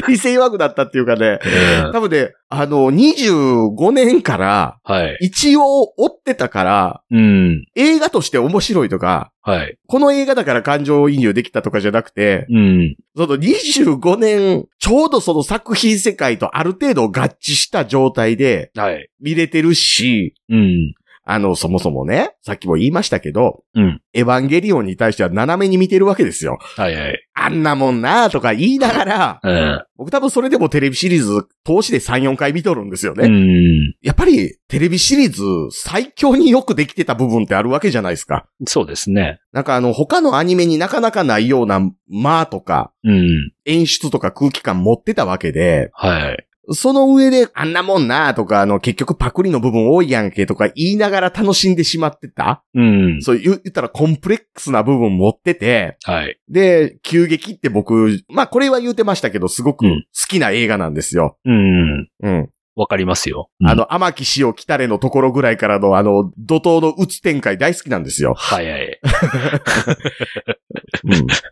Speaker 3: 理性弱くなったっていうかね、
Speaker 4: ええ
Speaker 3: 多分ね、あの、25年から、
Speaker 4: はい。
Speaker 3: 一応追ってたから、
Speaker 4: うん。
Speaker 3: 映画として面白いとか、
Speaker 4: はい。
Speaker 3: この映画だから感情移入できたとかじゃなくて、
Speaker 4: うん。
Speaker 3: その25年、ちょうどその作品世界とある程度合致した状態で
Speaker 4: はい。
Speaker 3: 見れてるし、
Speaker 4: うん。
Speaker 3: あの、そもそもね、さっきも言いましたけど、
Speaker 4: うん
Speaker 3: エヴァンゲリオンに対しては斜めに見てるわけですよ。
Speaker 4: はいはい。
Speaker 3: あんなもんなとか言いながら、
Speaker 4: うん。
Speaker 3: 僕多分それでもテレビシリーズ通しで3、4回見とるんですよね。
Speaker 4: うん。
Speaker 3: やっぱりテレビシリーズ最強によくできてた部分ってあるわけじゃないですか。
Speaker 4: そうですね。
Speaker 3: なんかあの、他のアニメになかなかないような間とか、
Speaker 4: うん。
Speaker 3: 演出とか空気感持ってたわけで、
Speaker 4: はい。
Speaker 3: その上で、あんなもんなとか、あの、結局パクリの部分多いやんけとか言いながら楽しんでしまってた。
Speaker 4: うん。
Speaker 3: そう言ったらコンプレックスな部分持ってて、
Speaker 4: はい。
Speaker 3: で、急激って僕、まあこれは言うてましたけど、すごく
Speaker 4: う
Speaker 3: 好
Speaker 4: ん
Speaker 3: きな映画なんですよ。
Speaker 4: うん。
Speaker 3: うん。
Speaker 4: わかりますよ。
Speaker 3: あの、天木塩来たれのところぐらいからの、あの、怒涛の打つ展開大好きなんですよ。
Speaker 4: はいはい。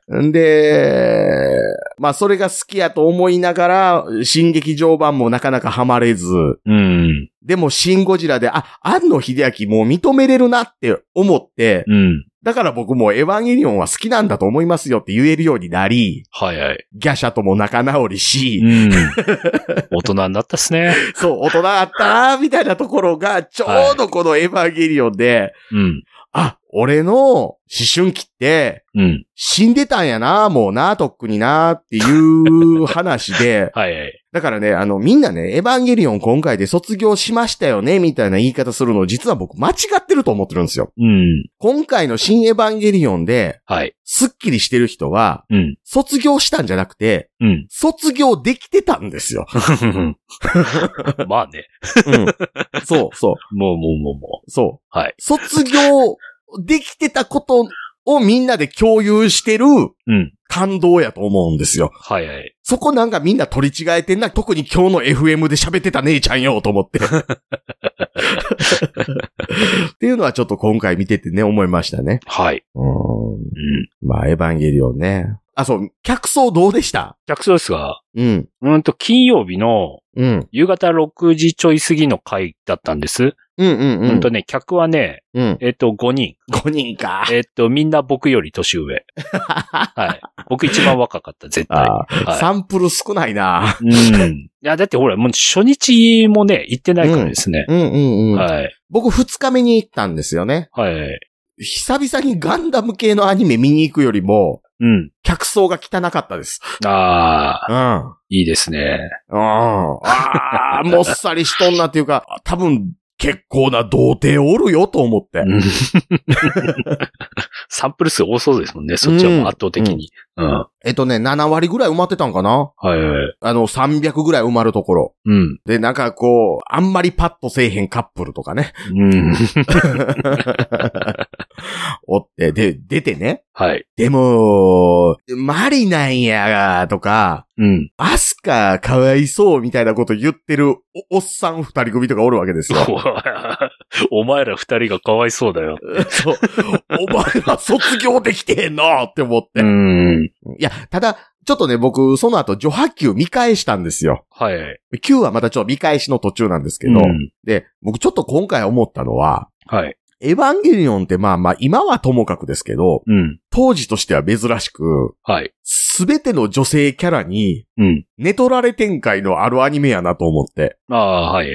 Speaker 3: うん。で、まあそれが好きやと思いながら、新劇場版もなかなかハマれず、
Speaker 4: うん。
Speaker 3: でもシンゴジラで、あ、安野秀明もう認めれるなって思って、
Speaker 4: うん。
Speaker 3: だから僕もエヴァンゲリオンは好きなんだと思いますよって言えるようになり、
Speaker 4: はいはい。
Speaker 3: ギャシャとも仲直りし、
Speaker 4: うん。 大人になったっすね。
Speaker 3: そう、大人だったーみたいなところが、ちょうどこのエヴァンゲリオンで、
Speaker 4: うん。
Speaker 3: あ、俺の思春期って、
Speaker 4: うん。、
Speaker 3: 死んでたんやな、もうな、とっくにな、っていう話で
Speaker 4: はいはい。
Speaker 3: だからね、あの、みんなね、エヴァンゲリオン今回で卒業しましたよね、みたいな言い方するの、実は僕間違ってると思ってるんですよ。
Speaker 4: うん。
Speaker 3: 今回の新エヴァンゲリオンで、
Speaker 4: はい。
Speaker 3: スッキリしてる人は、
Speaker 4: うん。
Speaker 3: 卒業したんじゃなくて、
Speaker 4: うん。
Speaker 3: 卒業できてたんですよ。
Speaker 4: まあね。
Speaker 3: うん、そう、そう。
Speaker 4: もうもうもうも
Speaker 3: そう。
Speaker 4: はい
Speaker 3: 卒業できてたことをみんなで共有してる
Speaker 4: う。うん。
Speaker 3: 感動やと思うんですよ。
Speaker 4: はいはい。
Speaker 3: そこなんかみんな取り違えてんな。特に今日の FM で喋ってた姉ちゃんよ、と思って。っていうのはちょっと今回見ててね、思いましたね。
Speaker 4: はい。
Speaker 3: うん。
Speaker 4: うん。
Speaker 3: まあ、エヴァンゲリオンね。あ、そう、客層どうでした
Speaker 4: 客層ですが、
Speaker 3: うん。
Speaker 4: うーんと、金曜日の
Speaker 3: うん。
Speaker 4: 夕方6時ちょい過ぎの回だったんです。
Speaker 3: うんうん
Speaker 4: う、
Speaker 3: うんん。
Speaker 4: とね、客はね、
Speaker 3: うん。
Speaker 4: えっ、と、5人。
Speaker 3: 5人か。
Speaker 4: えっ、と、みんな僕より年 上。はい。僕一番若かった、絶対。
Speaker 3: あー
Speaker 4: はい
Speaker 3: サンプル少ないな。
Speaker 4: うん。いや、だってほら、もう初日もね、行ってないからですね。
Speaker 3: うんうんうん。
Speaker 4: はい。
Speaker 3: 僕2日目に行ったんですよね。
Speaker 4: はい。
Speaker 3: 久々にガンダム系のアニメ見に行くよりも、
Speaker 4: うん。
Speaker 3: 客層が汚かったです。
Speaker 4: ああ、
Speaker 3: うん。あ
Speaker 4: いいですね。
Speaker 3: あー、もっさりしとんなっていうか、多分結構な童貞おるよと思って。
Speaker 4: うんサンプル数多そうですもんね。そっちはもう圧倒的に。うん。
Speaker 3: えっとね、7割ぐらい埋まってたんかな
Speaker 4: はいはい。
Speaker 3: あの、300ぐらい埋まるところ。
Speaker 4: うん。
Speaker 3: で、なんかこう、あんまりパッとせえへんカップルとか ね。
Speaker 4: うん。
Speaker 3: おって、で、出てね。
Speaker 4: はい。
Speaker 3: でも、マリなんや、とか、
Speaker 4: うん。
Speaker 3: アスカかわいそうみたいなこと言ってるおおっさん二人組とかおるわけですよ。
Speaker 4: お前ら二人がかわいそうだよ。
Speaker 3: そう。お前ら卒業できてへんなって思って。
Speaker 4: ん。
Speaker 3: いや、ただ、ちょっとね、僕、その後、女波球見返したんですよ。
Speaker 4: はいはい。
Speaker 3: 9はまたちょっと見返しの途中なんですけど、
Speaker 4: うん
Speaker 3: で、僕ちょっと今回思ったのは、
Speaker 4: はい。
Speaker 3: エヴァンゲリオンってまあまあ今はともかくですけど、
Speaker 4: うん。
Speaker 3: 当時としては珍しく、
Speaker 4: はい。
Speaker 3: すべての女性キャラに
Speaker 4: うん。
Speaker 3: 寝取られ展開のあるアニメやなと思って。
Speaker 4: ああ、はい。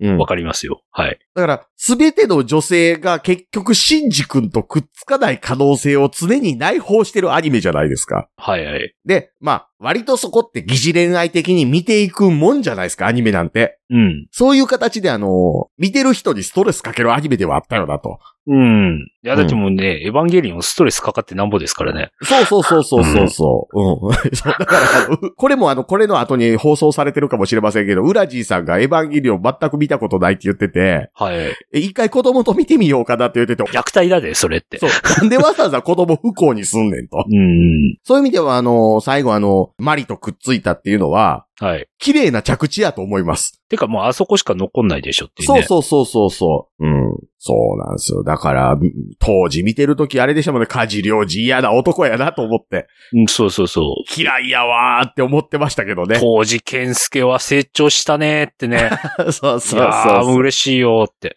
Speaker 3: うん
Speaker 4: わかりますよ。はい。
Speaker 3: だから、すべての女性が結局、シンジ君とくっつかない可能性を常に内包してるアニメじゃないですか。
Speaker 4: はいはい。
Speaker 3: で、まあ、割とそこって疑似恋愛的に見ていくもんじゃないですか、アニメなんて。
Speaker 4: うん。
Speaker 3: そういう形であの、見てる人にストレスかけるアニメではあったよなと。
Speaker 4: うん。いや、だってもうね、エヴァンゲリオンストレスかかってなんぼですからね。
Speaker 3: そうそうそうそうそうそう。うん。 そうだからあの、これもあの、これの後に放送されてるかもしれませんけど、ウラジーさんがエヴァンゲリオン全く見たことないって言ってて、
Speaker 4: はい。
Speaker 3: え一回子供と見てみようかなって言ってて、
Speaker 4: 虐待だで、それって。
Speaker 3: そう。なんでわざわざ子供不幸にすんねんと。
Speaker 4: うん。
Speaker 3: そういう意味では、あの、最後あの、マリとくっついたっていうのは、
Speaker 4: はい。
Speaker 3: 綺麗な着地やと思います。
Speaker 4: てかもうあそこしか残んないでしょっていう
Speaker 3: そう
Speaker 4: ね。
Speaker 3: そうそうそうそう。うん。そうなんですよ。だから、み当時見てるときあれでしたもんね、家事領事嫌な男やなと思って、
Speaker 4: うんそうそうそう。
Speaker 3: 嫌いやわーって思ってましたけどね。
Speaker 4: 当時、健介は成長したねって ね。
Speaker 3: そうそう
Speaker 4: い
Speaker 3: そう
Speaker 4: やー、もう
Speaker 3: そう。
Speaker 4: 嬉しいよ って。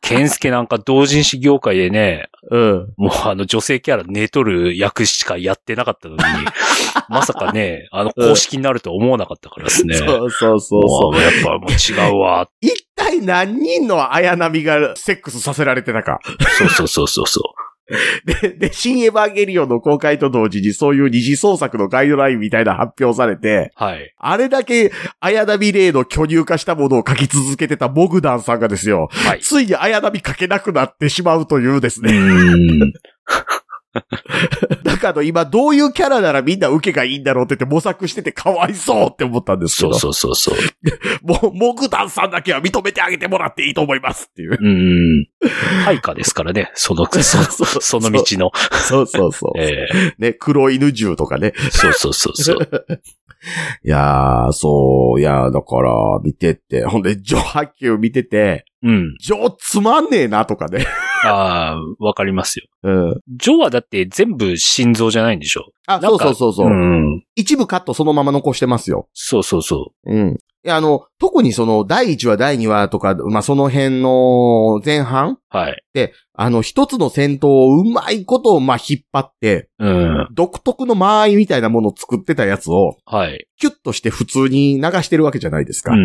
Speaker 4: 健介なんか同人誌業界でね、
Speaker 3: うん。
Speaker 4: もうあの女性キャラ寝取る役しかやってなかった のに、まさかね、あの公式になるとは思わなかったからですね。
Speaker 3: そうそうそう
Speaker 4: も
Speaker 3: そうう。
Speaker 4: やっぱもう違うわ。
Speaker 3: 一体何人の綾波がセックスさせられてたか。
Speaker 4: そうそうそうそうそう。
Speaker 3: で、で、新エヴァンゲリオンの公開と同時にそういう二次創作のガイドラインみたいな発表されて、
Speaker 4: はい。
Speaker 3: あれだけ、綾波レイの巨乳化したものを書き続けてたモグダンさんがですよ、
Speaker 4: はい。
Speaker 3: ついに綾波書けなくなってしまうというです
Speaker 4: う
Speaker 3: ね。
Speaker 4: ーん。
Speaker 3: だから今どういうキャラならみんな受けがいいんだろうって言って模索しててかわいそうって思ったんですけ
Speaker 4: そ
Speaker 3: ど、
Speaker 4: うそうそうそう。
Speaker 3: もうモグダンさんだけは認めてあげてもらっていいと思いますっていう。
Speaker 4: うーん。配下ですからね、その、そその道の。
Speaker 3: そうそうそ
Speaker 4: え
Speaker 3: ね、黒犬獣とかね。
Speaker 4: えそうそうそう そう。
Speaker 3: いやー、そう、いやー、だから、見てて、ほんで、上波球見てて、
Speaker 4: うん。
Speaker 3: 上つまんねえなとかね。
Speaker 4: ああ、わかりますよ。
Speaker 3: うん。
Speaker 4: ジョーはだって全部心臓じゃないんでしょ
Speaker 3: あ、
Speaker 4: な
Speaker 3: そ
Speaker 4: ん
Speaker 3: う
Speaker 4: か
Speaker 3: そうそうそう、
Speaker 4: ん。
Speaker 3: 一部カットそのまま残してますよ。
Speaker 4: そうそうそ
Speaker 3: うん。いや、あの、特にその、第1話、第2話とか、まあ、その辺の前半
Speaker 4: う。はい。
Speaker 3: あの、一つの戦闘をうまいことを、まあ、引っ張って、
Speaker 4: うん。
Speaker 3: 独特の間合いみたいなものを作ってたやつを、
Speaker 4: はい。
Speaker 3: キュッとして普通に流してるわけじゃないですか。
Speaker 4: うん。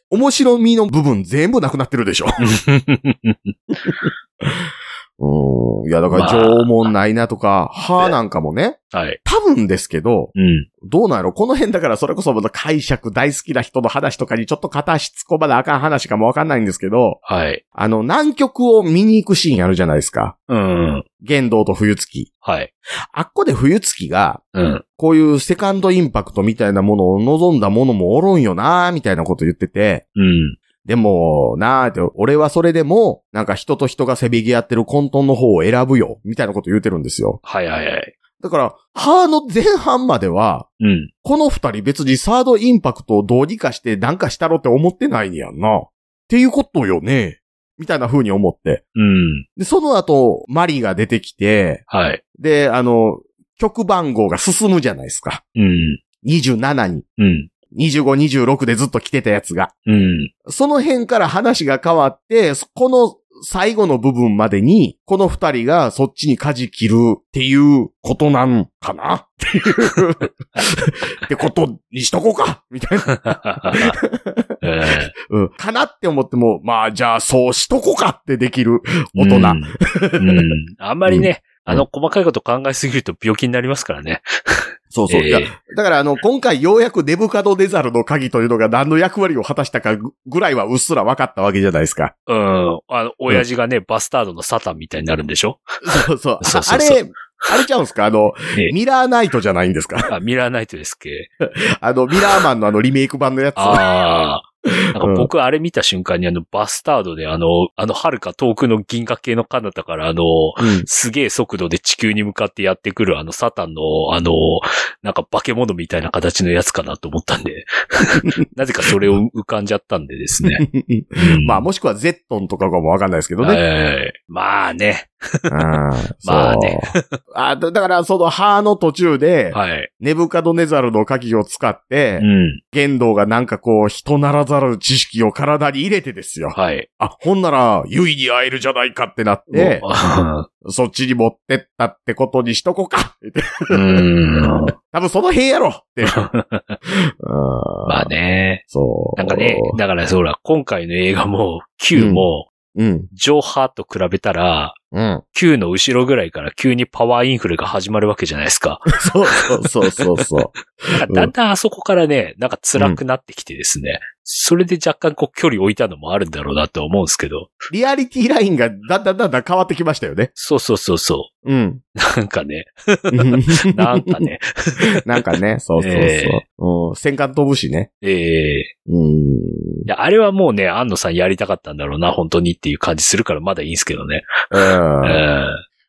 Speaker 3: 面白みの部分全部なくなってるでしょ。うん。いや、だから、
Speaker 4: まあ
Speaker 3: 縄文ないなとか、歯なんかもね、
Speaker 4: はい。
Speaker 3: 多分ですけど、
Speaker 4: うん。
Speaker 3: どうなんやろこの辺だからそれこそまだ解釈大好きな人の話とかにちょっと片足突っ込まなあかん話かもわかんないんですけど、
Speaker 4: はい。
Speaker 3: あの、南極を見に行くシーンあるじゃないですか。
Speaker 4: うん。
Speaker 3: 玄道と冬月。
Speaker 4: はい。
Speaker 3: あっこで冬月が、
Speaker 4: うん。
Speaker 3: こういうセカンドインパクトみたいなものを望んだものもおるんよなーみたいなこと言ってて、
Speaker 4: うん。
Speaker 3: でも、なーって、俺はそれでも、なんか人と人がせびぎ合ってる混沌の方を選ぶよ、みたいなこと言ってるんですよ。
Speaker 4: はいはいはい。
Speaker 3: だから、ハーの前半までは、
Speaker 4: うん。
Speaker 3: この二人別にサードインパクトをどうにかしてなんかしたろって思ってないんやんな。っていうことよね。みたいな風に思って。
Speaker 4: うん。
Speaker 3: で、その後、マリが出てきて、
Speaker 4: はい。
Speaker 3: で、あの、曲番号が進むじゃないですか。
Speaker 4: うん。
Speaker 3: 27に。
Speaker 4: うん。
Speaker 3: 25、26でずっと来てたやつが。
Speaker 4: うん。
Speaker 3: その辺から話が変わって、そこの最後の部分までに、この二人がそっちに舵切るっていうことなんかなっていう。 ってことにしとこうかみたいな。
Speaker 4: え
Speaker 3: うん。かなって思っても、まあじゃあそうしとこうかってできる
Speaker 4: え
Speaker 3: 大人。
Speaker 4: うん。 うんあんまりね、あの細かいこと考えすぎると病気になりますからね。
Speaker 3: そうそう。
Speaker 4: ええ
Speaker 3: いやだからあの、今回ようやくデブカドデザルの鍵というのが何の役割を果たしたかぐぐらいはうっすら分かったわけじゃないですか。
Speaker 4: うん。あの、親父がね、バスタードのサタンみたいになるんでしょ
Speaker 3: そうそう。
Speaker 4: そう
Speaker 3: あ
Speaker 4: そ
Speaker 3: あ
Speaker 4: うそう
Speaker 3: れ、あれちゃうんですかあの
Speaker 4: ええ、
Speaker 3: ミラーナイトじゃないんですか
Speaker 4: あ、ミラーナイトですっけ。
Speaker 3: あの、ミラーマンのあのリメイク版のやつ。
Speaker 4: ああ。なんか
Speaker 3: うん
Speaker 4: 僕あれ見た瞬間にあのバスタードであの、あの遥か遠くの銀河系の彼方からあの、
Speaker 3: うん
Speaker 4: すげえ速度で地球に向かってやってくるあのサタンのあの、なんか化け物みたいな形のやつかなと思った んで、なぜかそれを浮かんじゃったんでですね。
Speaker 3: まあ、もしくはゼットンとかかもわかんないですけどね。
Speaker 4: ええまあね。ま
Speaker 3: ま
Speaker 4: あね。
Speaker 3: そうあだだから、その、歯の途中で、
Speaker 4: はい。
Speaker 3: ネブカドネザルの鍵を使って
Speaker 4: う、ん。
Speaker 3: 玄道がなんかこう、人ならざる知識を体に入れてですよ。
Speaker 4: はい。
Speaker 3: あ、ほんなら、ユイに会えるじゃないかってなって、
Speaker 4: も
Speaker 3: そっちに持ってったってことにしとこうか。
Speaker 4: う うん。
Speaker 3: 多分その辺やろ って。
Speaker 4: ま
Speaker 3: ま
Speaker 4: あ。ね。
Speaker 3: そう。
Speaker 4: なんかね、だからそうら、今回の映画も、Q も、
Speaker 3: うん。
Speaker 4: ジョーハーと比べたら、
Speaker 3: うん。
Speaker 4: 9の後ろぐらいから急にパワーインフレが始まるわけじゃないですか。
Speaker 3: そうそうそうそうそう。
Speaker 4: だんだんあそこからね、なんか辛くなってきてですね。それで若干こう距離置いたのもあるんだろうなと思うんですけど。
Speaker 3: リアリティラインがだんだんだんだん変わってきましたよね。
Speaker 4: そうそうそうそ
Speaker 3: うん。
Speaker 4: う。なんかね、なんか。 ね、
Speaker 3: なんかね、そうそうそう。
Speaker 4: え
Speaker 3: うん、戦艦飛ぶしね。
Speaker 4: ええ
Speaker 3: うん。
Speaker 4: いや、あれはもうね、安野さんやりたかったんだろうな、本当にっていう感じするからまだいいんですけどね。え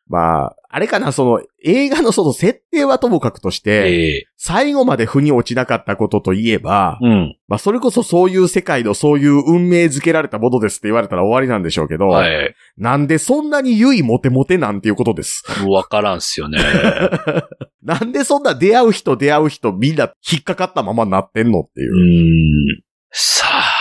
Speaker 3: まあ、あれかな、その、映画のその設定はともかくとし
Speaker 4: え
Speaker 3: て、
Speaker 4: ええ
Speaker 3: 最後まで腑に落ちなかったことといえば、
Speaker 4: うん。
Speaker 3: まあ、それこそそういう世界のそういう運命づけられたものですって言われたら終わりなんでしょうけど、
Speaker 4: はい。
Speaker 3: なんでそんなに優位モテモテなんていうことです。
Speaker 4: わからんっすよ ね。
Speaker 3: なんでそんな出会う人出会う人みんな引っかかったままなってんのっていうう。
Speaker 4: ん。さあ。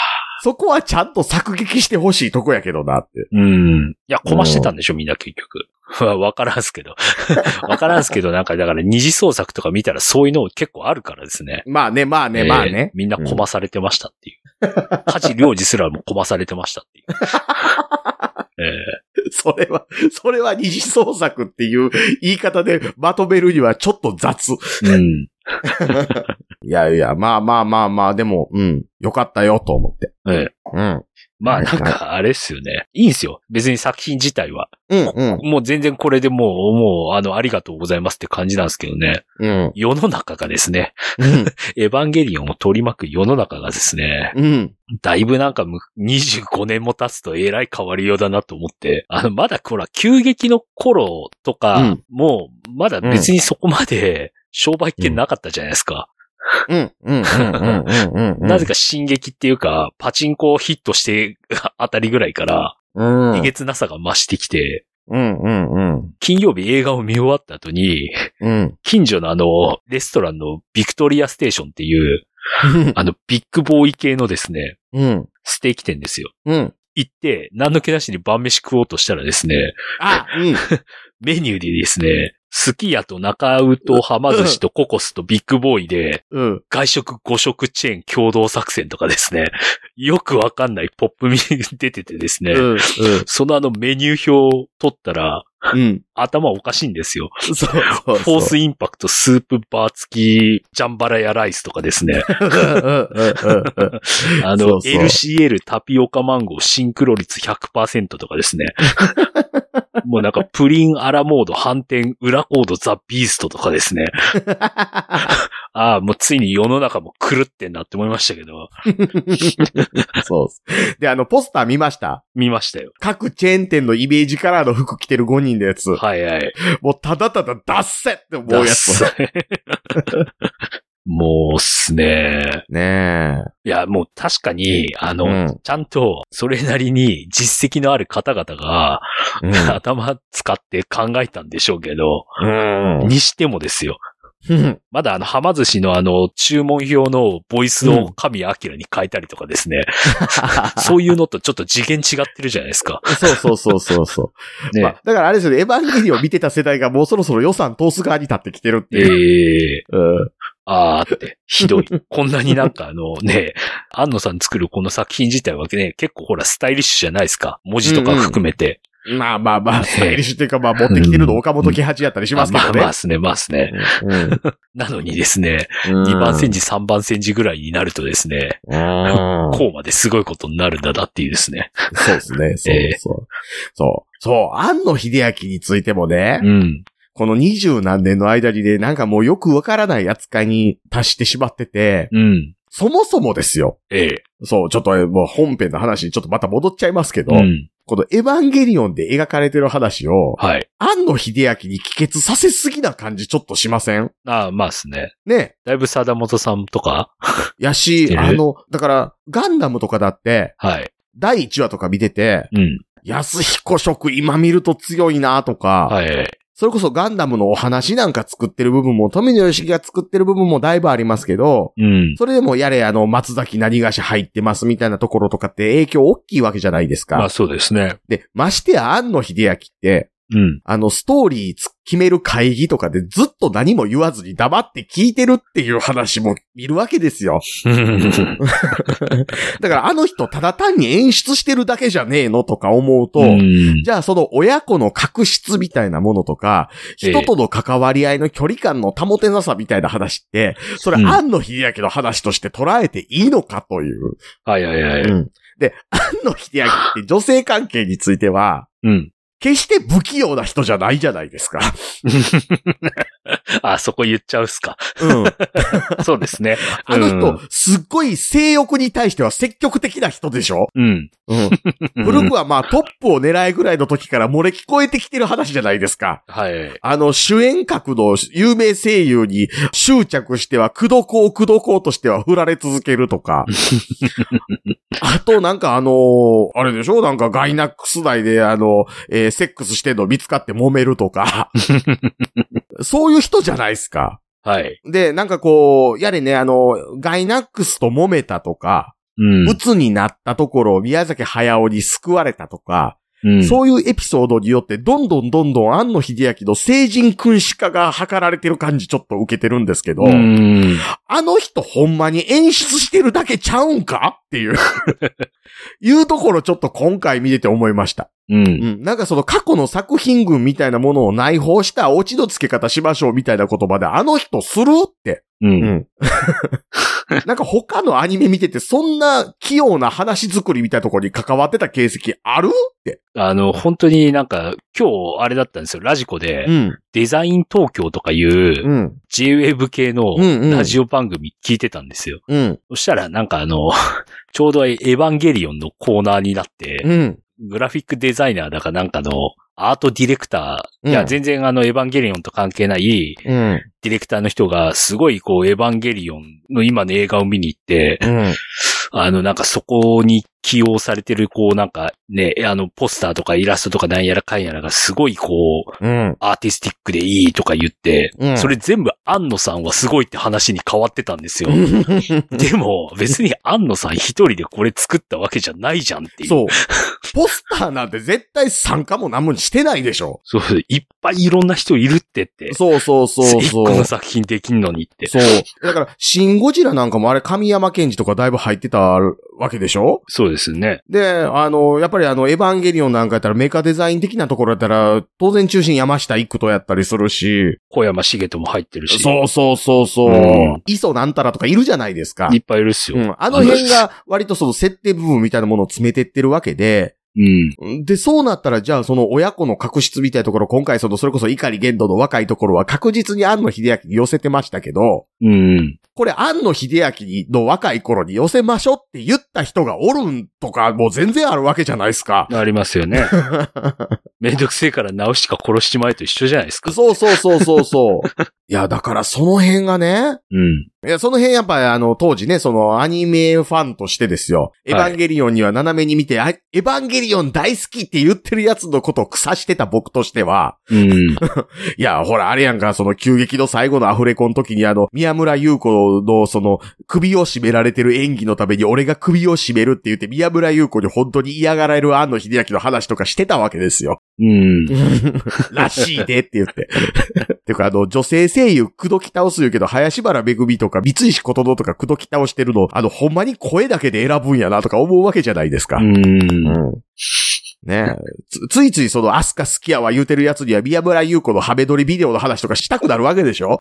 Speaker 3: そこはちゃんと作撃してほしいとこやけどなって。
Speaker 4: うん。いや、こましてたんでしょ、みんな結局。 わわからんすけど。 わからんすけど、なんか、だから二次創作とか見たらそういうの結構あるからですね。
Speaker 3: まあね、まあね、
Speaker 4: えー
Speaker 3: まあね。
Speaker 4: みんなこまされてましたっていう。家事領事すらもこまされてましたって いう。
Speaker 3: それは、それは二次創作っていう言い方でまとめるにはちょっと雑。
Speaker 4: えーうん。
Speaker 3: いやいや、まあまあまあまあ、でも、うん、よかったよと思って。
Speaker 4: ええ
Speaker 3: うん。
Speaker 4: まあなんか、あれっすよね。いいんすよ。別に作品自体は。
Speaker 3: うん、うん、
Speaker 4: もう全然これでもう、もう、あの、ありがとうございますって感じなんですけどね。
Speaker 3: うん、
Speaker 4: 世の中がですね、
Speaker 3: うん、
Speaker 4: エヴァンゲリオンを取り巻く世の中がですね、
Speaker 3: うん。
Speaker 4: だいぶなんかむ25年も経つとえらい変わりようだなと思って、あの、まだほら、急激の頃とか、
Speaker 3: うん
Speaker 4: もう、まだ別にそこまで商売権なかったじゃないですか。
Speaker 3: うん、うん、うん、うん、うん。
Speaker 4: なぜか進撃っていうか、パチンコをヒットしてあたりぐらいから、
Speaker 3: うん。う
Speaker 4: え
Speaker 3: ん
Speaker 4: げつなさが増してきて、
Speaker 3: うんうん。
Speaker 4: 金曜日映画を見終わった後に、
Speaker 3: うん。
Speaker 4: 近所のあの、レストランのビクトリアステーションっていう、あの、ビッグボーイ系のですね、
Speaker 3: うん。
Speaker 4: ステーキ店ですよ。
Speaker 3: うん。
Speaker 4: 行って、何の気なしに晩飯食おうとしたらですね、
Speaker 3: あ、うん。
Speaker 4: メニューでですね、すき家と中うとはま寿司とココスとビッグボーイで、
Speaker 3: うん。
Speaker 4: 外食5食チェーン共同作戦とかですね、よくわかんないポップ見出ててですね、
Speaker 3: うん。
Speaker 4: そのあのメニュー表を取ったら、
Speaker 3: うん。
Speaker 4: 頭おかしいんですよ。
Speaker 3: そうそうそう。
Speaker 4: フォースインパクト、スープバー付き、ジャンバラやライスとかですね。
Speaker 3: うんうんうんうん
Speaker 4: あ
Speaker 3: そ
Speaker 4: の、
Speaker 3: うそう
Speaker 4: LCL タピオカマンゴーシンクロ率100%とかです ね。もうなんかプリンアラモード反転裏コードザ・ビーストとかですね。 ああ、もうついに世の中も狂ってんなって思いましたけど、
Speaker 3: そうっす。で、あの、ポスター見ました
Speaker 4: 見ましたよ。
Speaker 3: 各チェーン店のイメージカラーの服着てる5人のやつ。
Speaker 4: はいはい。
Speaker 3: もうただただダッセって思うやつ。
Speaker 4: ダッサい もうっすね。
Speaker 3: ね
Speaker 4: いや、もう確かに、あの、
Speaker 3: うん
Speaker 4: ちゃんと、それなりに実績のある方々が、
Speaker 3: え。
Speaker 4: 頭使って考えたんでしょうけど、
Speaker 3: うん。
Speaker 4: にしてもですよ。
Speaker 3: うん。
Speaker 4: まだあの、はま寿司のあの、注文表のボイスを神明に変えたりとかで すね。そういうのとちょっと次元違ってるじゃないですか。
Speaker 3: そうそうそうそうそう、
Speaker 4: ね。
Speaker 3: まあ。だからあれですよね、エヴァンゲリオン見てた世代がもうそろそろ予算通す側に立ってきてるって
Speaker 4: え
Speaker 3: いう。
Speaker 4: え
Speaker 3: うん
Speaker 4: あーって、ひ どい。こんなになんかあのね、安野さん作るこの作品自体はね、結構ほらスタイリッシュじゃないですか。文字とか含めて。
Speaker 3: まあまあまあ、スタイリッシュっていうかまあ持ってきてるの岡本喜八やったりしますけ
Speaker 4: まあ
Speaker 3: ど
Speaker 4: まあ
Speaker 3: ね
Speaker 4: っ。すね、まあっすね。なのにですね、2
Speaker 3: 2
Speaker 4: 番センチ、3番センチぐらいになるとですね、
Speaker 3: うん
Speaker 4: こうまですごいことになるんだなっていうですね。
Speaker 3: そうですね。そう
Speaker 4: ええ
Speaker 3: そう。そう。そう。安野秀明についてもね、
Speaker 4: うん。
Speaker 3: この二十何年の間にね、なんかもうよくわからない扱いに達してしまってて、
Speaker 4: うん。
Speaker 3: そもそもですよ。
Speaker 4: ええ。
Speaker 3: そう、ちょっともう本編の話にちょっとまた戻っちゃいますけど、
Speaker 4: うん。
Speaker 3: このエヴァンゲリオンで描かれてる話を、
Speaker 4: はい。
Speaker 3: 安野秀明に帰結させすぎな感じちょっとしません
Speaker 4: ああ、まあっすね。
Speaker 3: ね。
Speaker 4: だいぶ貞本さんとか
Speaker 3: や
Speaker 4: 知
Speaker 3: し、
Speaker 4: ってる
Speaker 3: あの、だから、ガンダムとかだって、
Speaker 4: はい。
Speaker 3: 第1話とか見てて、
Speaker 4: うん。
Speaker 3: 安彦職今見ると強いなとか、
Speaker 4: はい。
Speaker 3: それこそガンダムのお話なんか作ってる部分も、富野義樹が作ってる部分もだいぶありますけど、
Speaker 4: うん。
Speaker 3: それでもやれあの、松崎何がし入ってますみたいなところとかって影響大きいわけじゃないですか。
Speaker 4: まあそうですね。
Speaker 3: で、ましてや安野秀明って、
Speaker 4: うん。
Speaker 3: あの、ストーリーつ決める会議とかでずっと何も言わずに黙って聞いてるっていう話も見るわけですよ。だからあの人ただ単に演出してるだけじゃねえのとか思うと、
Speaker 4: うん
Speaker 3: じゃあその親子の確執みたいなものとか、
Speaker 4: ええ
Speaker 3: 人との関わり合いの距離感の保てなさみたいな話って、それ
Speaker 4: うん
Speaker 3: 安野秀明の話として捉えていいのかという。
Speaker 4: はいはいはい。
Speaker 3: うんで、安野秀明って女性関係については、
Speaker 4: うん。
Speaker 3: 決して不器用な人じゃないじゃないですか。
Speaker 4: あ、そこ言っちゃうっす か。
Speaker 3: うん。。
Speaker 4: そうですね
Speaker 3: あの人、すっごい性欲に対しては積極的な人でしょ
Speaker 4: うん。
Speaker 3: うん。
Speaker 4: うん。
Speaker 3: 古くはまあトップを狙いぐらいの時から漏れ聞こえてきてる話じゃないですか。
Speaker 4: はい。
Speaker 3: あの、主演格の有名声優に執着しては、くどこうくどこうとしては振られ続けると か。あと、なんかあのーあれでしょなんかガイナックス内で、あの、えーセックスしてんの見つかって揉めると か。そういう人じゃないですか。
Speaker 4: はい。
Speaker 3: で、なんかこう、やれね、あの、ガイナックスと揉めたとか、
Speaker 4: うん
Speaker 3: 鬱になったところを宮崎駿に救われたとか、
Speaker 4: うん。
Speaker 3: そういうエピソードによって、どんどんどんどん安野秀明の成人君子化が図られてる感じちょっと受けてるんですけど、
Speaker 4: うん。
Speaker 3: あの人ほんまに演出してるだけちゃうんかっていう、 いうところちょっと今回見てて思いました。
Speaker 4: う。
Speaker 3: うんん。なんかその過去の作品群みたいなものを内包したオチの付け方しましょうみたいな言葉で、あの人するって。
Speaker 4: うん。
Speaker 3: ん。 なんか他のアニメ見てて、そんな器用な話作りみたいなところに関わってた形跡あるって。
Speaker 4: あの、本当になんか、今日あれだったんですよ。ラジコで、
Speaker 3: ん。
Speaker 4: デザイン東京とかいう
Speaker 3: うん。
Speaker 4: J-Wave 系の
Speaker 3: うんうん
Speaker 4: ラジオ番組聞いてたんですよ。
Speaker 3: うん。
Speaker 4: そしたらなんかあの、 ちょうどエヴァンゲリオンのコーナーになって、
Speaker 3: うん。
Speaker 4: グラフィックデザイナーだかなんかのアートディレクター、いうや、
Speaker 3: ん
Speaker 4: 全然あの、エヴァンゲリオンと関係ない
Speaker 3: うん。
Speaker 4: ディレクターの人が、すごいこう、エヴァンゲリオンの今の映画を見に行って、
Speaker 3: うん。
Speaker 4: あの、なんかそこに起用されてる、こう、なんかね、あの、ポスターとかイラストとかなんやらかんやらがすごい、こう、
Speaker 3: うん。
Speaker 4: アーティスティックでいいとか言って、
Speaker 3: うん。
Speaker 4: それ全部、安野さんはすごいって話に変わってたんですよ。
Speaker 3: うん
Speaker 4: でも、別に安野さん一人でこれ作ったわけじゃないじゃんっていう。
Speaker 3: そう。ポスターなんて絶対参加も何もしてないでしょ。
Speaker 4: そうそう。いっぱいいろんな人いるってって。
Speaker 3: そうそう そう
Speaker 4: 一
Speaker 3: そ
Speaker 4: 個
Speaker 3: う
Speaker 4: の。作品できんのにって。
Speaker 3: そう。だから、シン・ゴジラなんかもあれ、神山健治とかだいぶ入ってたわけでしょ
Speaker 4: そうですね。
Speaker 3: で、あの、やっぱりあの、エヴァンゲリオンなんかやったらメカデザイン的なところやったら、当然中心山下一区とやったりするし、
Speaker 4: 小山茂人も入ってるし。
Speaker 3: そうそうそうそう
Speaker 4: うん、
Speaker 3: 磯なんたらとかいるじゃないですか
Speaker 4: い。っぱいいるっす
Speaker 3: う
Speaker 4: よ。
Speaker 3: ん、あの辺が割とその設定部分みたいなものを詰めてってるわけで、
Speaker 4: うん。
Speaker 3: で、そうなったらじゃあその親子の確執みたいなところ、今回そのそれこそ碇玄度の若いところは確実に庵野秀明に寄せてましたけど、
Speaker 4: うん。
Speaker 3: これ庵野秀明の若い頃に寄せましょうって言った人がおるんとかもう全然あるわけじゃないですか。
Speaker 4: ありますよ ね。めんどくせえから直しか殺しちまえと一緒じゃないですか。
Speaker 3: そうそうそうそう そう。いや、だからその辺がね、
Speaker 4: うん。
Speaker 3: いや、その辺やっぱりあの、当時ね、そのアニメファンとしてですよ。エヴァンゲリオンには斜めに見て、あエヴァンゲリオン大好きって言ってるやつのことを腐してた僕としては、
Speaker 4: うん。
Speaker 3: いや、ほら、あれやんか、その急激の最後のアフレコの時にあの、宮村優子のその、首を絞められてる演技のために俺が首を絞めるって言って、宮村優子に本当に嫌がられる庵野秀明の話とかしてたわけですよ。
Speaker 4: うん。
Speaker 3: らしいでって言って。てか、あの、女性声優、くどき倒す言うけど、林原めぐみとか、三石琴乃とか、くどき倒してるの、あの、ほんまに声だけで選ぶんやなとか思うわけじゃないですか。
Speaker 4: うん。
Speaker 3: うんねえつ、ついついその、アスカ好きやわ言うてるやつには、宮村優子のハメ撮りビデオの話とかしたくなるわけでしょ